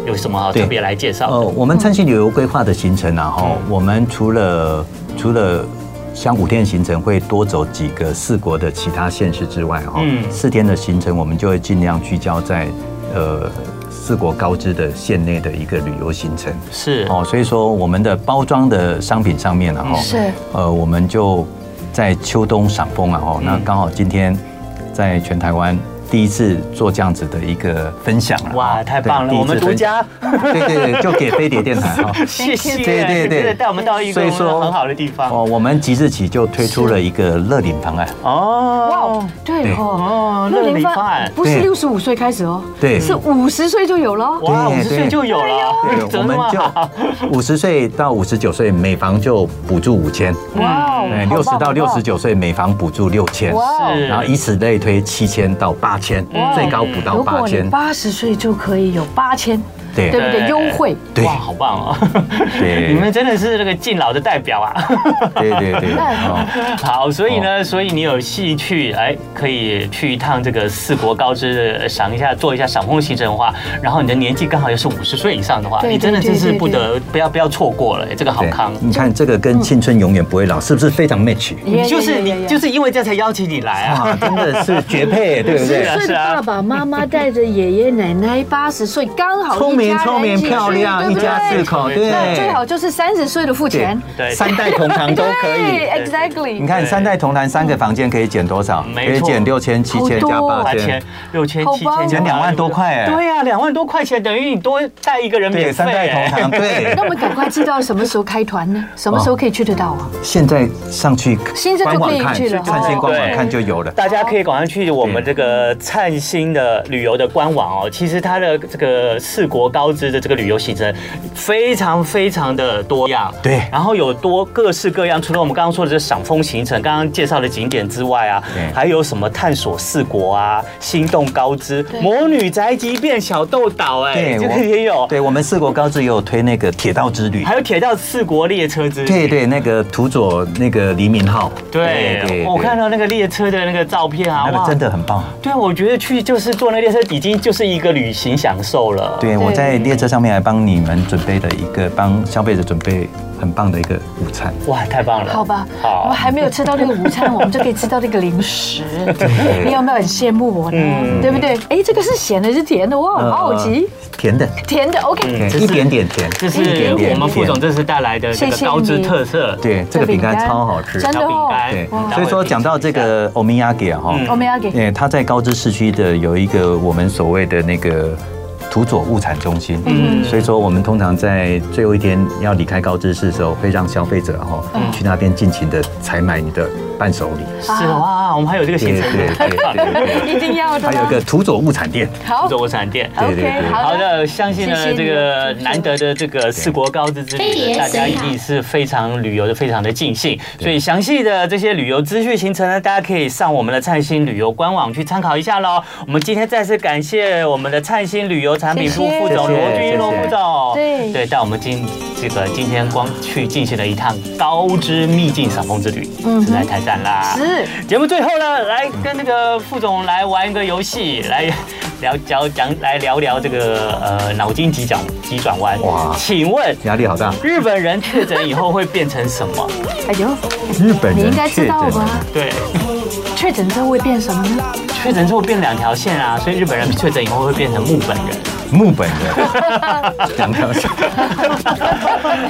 Speaker 3: 有有什么好
Speaker 4: 对
Speaker 3: 特别来介绍的？
Speaker 4: 呃，我们灿星旅游规划的行程啊，
Speaker 3: 嗯
Speaker 4: 哈，我们除了除了香谷天行程会多走几个四国的其他县市之外，哈、
Speaker 3: 嗯
Speaker 4: 四天的行程我们就会尽量聚焦在呃四国高知的县内的一个旅游行程。
Speaker 3: 是
Speaker 4: 哦，所以说我们的包装的商品上面啊，哈、
Speaker 3: 嗯
Speaker 2: 是
Speaker 4: 呃，我们就在秋冬赏枫啊，哦，
Speaker 3: 嗯
Speaker 4: 那刚好今天在全台湾第一次做这样子的一个分享了，
Speaker 3: 哇，太棒了，
Speaker 4: 对
Speaker 3: 我们独。家。
Speaker 4: 第一次分享对对对，就给飞碟电台哈。
Speaker 3: [laughs] 谢谢，
Speaker 4: 对对对
Speaker 3: 真的带我们到一个
Speaker 4: 所以说
Speaker 3: 很好的地方
Speaker 4: 哦，我们即日起就推出了一个乐龄方案，
Speaker 2: 哇
Speaker 3: 哦
Speaker 2: 哦，。对
Speaker 4: 对
Speaker 2: 哦
Speaker 3: 哦，
Speaker 2: 乐
Speaker 3: 乐
Speaker 2: 龄
Speaker 3: 龄
Speaker 2: 方
Speaker 3: 方案
Speaker 2: 不是
Speaker 4: 对
Speaker 2: 六十五岁开始哦，
Speaker 4: 对
Speaker 2: 是五十岁就有了。
Speaker 3: 哇，
Speaker 4: 对
Speaker 3: 五十岁就有了，
Speaker 2: [laughs]
Speaker 4: 对，我
Speaker 3: 真的
Speaker 4: 们
Speaker 3: 吗？ [laughs]
Speaker 4: 就五十岁到五十九岁每房就补助五千，
Speaker 2: 哇哦好棒
Speaker 4: 对，六十到
Speaker 2: 好棒
Speaker 4: 六十九岁每房补助六千，
Speaker 2: 哇哦
Speaker 3: 是
Speaker 4: 然后以此类推，七千到八千
Speaker 2: 哇，
Speaker 4: 最高补到
Speaker 2: 如
Speaker 4: 八
Speaker 2: 果你
Speaker 4: 千。
Speaker 2: 八十岁就可以有八千，
Speaker 4: 对
Speaker 2: 对不对？优惠，
Speaker 4: 对
Speaker 3: 哇，好棒哦！
Speaker 4: [laughs] 对
Speaker 3: 你们真的是这个敬老的代表啊。
Speaker 4: [laughs] 对对对，哦，
Speaker 3: 好，所以呢，所以你有兴趣，哎，可以去一趟这个四国高知，呃赏一下，做一下赏枫行程的话，然后你的年纪刚好又是五十岁以上的话，
Speaker 2: 对
Speaker 3: 你真的
Speaker 2: 对
Speaker 3: 真是
Speaker 2: 对
Speaker 3: 不得不要不要错过了，哎这个好
Speaker 4: 对
Speaker 3: 康。
Speaker 4: 你看这个跟青春永远不会老，是不是非常 match？
Speaker 2: 耶
Speaker 3: 你就是
Speaker 2: 耶耶
Speaker 3: 你
Speaker 2: 耶
Speaker 3: 就是因为这才邀请你来啊。
Speaker 4: 哇，真的是
Speaker 2: [laughs]
Speaker 4: 绝配，对不对？
Speaker 3: 啊
Speaker 2: 所以
Speaker 3: 是
Speaker 4: [laughs]
Speaker 3: 啊
Speaker 2: 爸爸妈妈带着爷爷奶奶八十岁，刚好一家
Speaker 4: 聪明
Speaker 2: 人
Speaker 4: 聪明
Speaker 2: 进去
Speaker 4: 漂亮，
Speaker 2: 对
Speaker 4: 一
Speaker 2: 不对
Speaker 4: 家四口，
Speaker 2: [laughs]
Speaker 4: 对，
Speaker 2: 那最好就是三十岁的付钱。哎
Speaker 3: 对
Speaker 4: 三代同堂都可以。
Speaker 2: 对，exactly。
Speaker 4: 你看三代同堂，三个房间可以减多少？可
Speaker 3: 没错
Speaker 4: 以减六千、七千加
Speaker 2: 好多
Speaker 4: 八
Speaker 3: 八
Speaker 4: 千
Speaker 3: 千，、六千、
Speaker 2: 好
Speaker 3: 七
Speaker 2: 棒哦
Speaker 3: 千，
Speaker 4: 减两万多块哎。
Speaker 3: 对啊呀，两万多块钱等于你多带一个人免费。
Speaker 4: 对，三代
Speaker 3: [laughs]
Speaker 4: 同堂，对
Speaker 2: 那。我们赶快知道什么时候开团呢？什么时候可以去得到啊？
Speaker 4: 现在上去
Speaker 2: 现在就
Speaker 4: 官
Speaker 2: 可
Speaker 4: 网
Speaker 2: 以
Speaker 4: 看，
Speaker 2: 去了
Speaker 4: 灿星官网看就有了。
Speaker 3: 大家可以赶快去我
Speaker 4: 嗯
Speaker 3: 们这个灿星的旅游的官网哦。其实它的这个四国高知的这个旅游行程非常非常的多样，
Speaker 4: 对
Speaker 3: 然后有多各式各样，除了我们刚刚说的这赏枫行程，刚刚介绍的景点之外啊
Speaker 4: 对，
Speaker 3: 还有什么探索四国啊、心动高知
Speaker 2: 对、
Speaker 3: 魔女宅急便、小豆岛，哎，这
Speaker 4: 我
Speaker 3: 个也有，
Speaker 4: 对我们四国高知也有推那个铁道之旅
Speaker 3: 还，有铁道四国列车之旅。
Speaker 4: 对对，那个土佐那个黎明号，
Speaker 3: 对，我看到那个列车的那个照片啊，
Speaker 4: 那
Speaker 3: 哇
Speaker 4: 个真的很棒。
Speaker 3: 对，啊我觉得去就是坐那个列车，已经就是一个旅行享受了。
Speaker 4: 对，我在列车上面还帮你们准备了一个，帮消费者准备很棒的一个午餐。
Speaker 3: 哇，太棒了！
Speaker 2: 好吧，我
Speaker 3: 好
Speaker 2: 们，还没有吃到那个午餐，我们就可以吃到那个零食。你有没有很羡慕我呢？
Speaker 3: 嗯
Speaker 2: 对不对？哎，这个是咸的，是甜的？我很好奇。
Speaker 4: 呃，甜的，
Speaker 2: 甜的
Speaker 4: 对
Speaker 2: ，OK。
Speaker 3: 这是
Speaker 4: 一点点甜，
Speaker 3: 这
Speaker 2: 哎一点
Speaker 3: 是
Speaker 2: 点
Speaker 3: 我们副总这次带来的这
Speaker 2: 谢
Speaker 3: 个
Speaker 2: 谢
Speaker 3: 高知
Speaker 2: 你
Speaker 3: 特色
Speaker 4: 对，这个饼干超好吃。
Speaker 2: 真的
Speaker 3: 小饼
Speaker 2: 哦
Speaker 3: 干
Speaker 4: 对。，
Speaker 3: 大家
Speaker 4: 所以说
Speaker 3: 会品尝
Speaker 4: 讲到这
Speaker 3: 一下，
Speaker 4: 个欧米亚给啊哈，
Speaker 3: 嗯
Speaker 2: 我们要 [laughs] 给
Speaker 4: 对，它嗯在高知市区的有一个我们所谓的那个土佐物产中心，
Speaker 3: 嗯
Speaker 4: 所以说我们通常在最后一天要离开高知市的时候，会让消费者哈去那边尽情的采买你的伴手礼。
Speaker 2: 啊
Speaker 3: 是啊哇，我们还有这个行
Speaker 4: 对
Speaker 3: 程，
Speaker 4: 对对对
Speaker 2: [laughs]
Speaker 4: 对，
Speaker 2: 一定要的
Speaker 4: 还有一
Speaker 2: 吗
Speaker 4: 个？土佐物产店，
Speaker 2: 好
Speaker 3: 做我闪电。
Speaker 4: 对对
Speaker 2: ，OK，
Speaker 4: 对
Speaker 2: 好
Speaker 3: 好
Speaker 2: 的。
Speaker 3: 的，相信
Speaker 2: 谢谢
Speaker 3: 呢，
Speaker 2: 你
Speaker 3: 这个难得的这个四国高知之旅
Speaker 5: 对
Speaker 3: 呢，大家一定是非常旅游的非常的尽兴。所以详细的这些旅游资讯行程呢，大家可以上我们的灿星旅游官网去参考一下喽。我们今天再次感谢我们的灿星旅游产品部
Speaker 2: 谢谢
Speaker 3: 副总
Speaker 4: 谢谢
Speaker 3: 罗军罗副总，
Speaker 2: 对
Speaker 3: 对，带我们今这个今天光去进行了一趟高知秘境赏枫之旅，
Speaker 2: 嗯哼
Speaker 3: 实在太赞啦！
Speaker 2: 是
Speaker 3: 节目最后呢，来跟那个副总来玩一个游戏，来聊聊讲，来聊聊这个呃脑筋急转急转弯。
Speaker 4: 哇
Speaker 3: 请问
Speaker 4: 压力好大。
Speaker 3: 日本人确诊以后会变成什
Speaker 4: [laughs]
Speaker 3: 么？
Speaker 2: 哎呦，
Speaker 4: 日本
Speaker 2: 你
Speaker 4: 人
Speaker 2: 应该知道
Speaker 4: 确诊
Speaker 2: 吧？
Speaker 3: 对，
Speaker 2: 确诊之后会变什么呢？
Speaker 3: 确诊之后变两条线啊，所以日本人确诊以后会变成木本人。 [laughs]
Speaker 4: 木本人， [laughs] 讲到是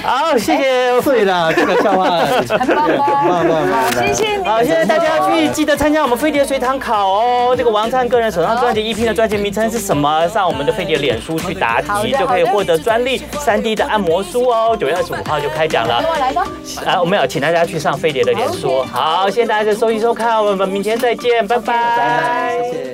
Speaker 3: 好，谢谢副
Speaker 4: 对啦，这个笑话
Speaker 2: 很棒吧
Speaker 4: 棒？棒
Speaker 2: 好，
Speaker 4: 棒
Speaker 2: 谢谢你。
Speaker 3: 好，谢谢大家去记得参加我们飞碟随堂考哦。这个王灿个人手上专辑 EP 的专辑名称是什么？上我们的飞碟脸书去答
Speaker 2: 好的
Speaker 3: 题就可以获得专利三 D 的按摩梳哦。九月二十五号就开奖了
Speaker 2: 跟。我来吧。
Speaker 3: 啊，我们有请大家去上飞碟的脸书。好，谢谢大家的收听收看，我们明天再见，拜拜
Speaker 4: 谢谢。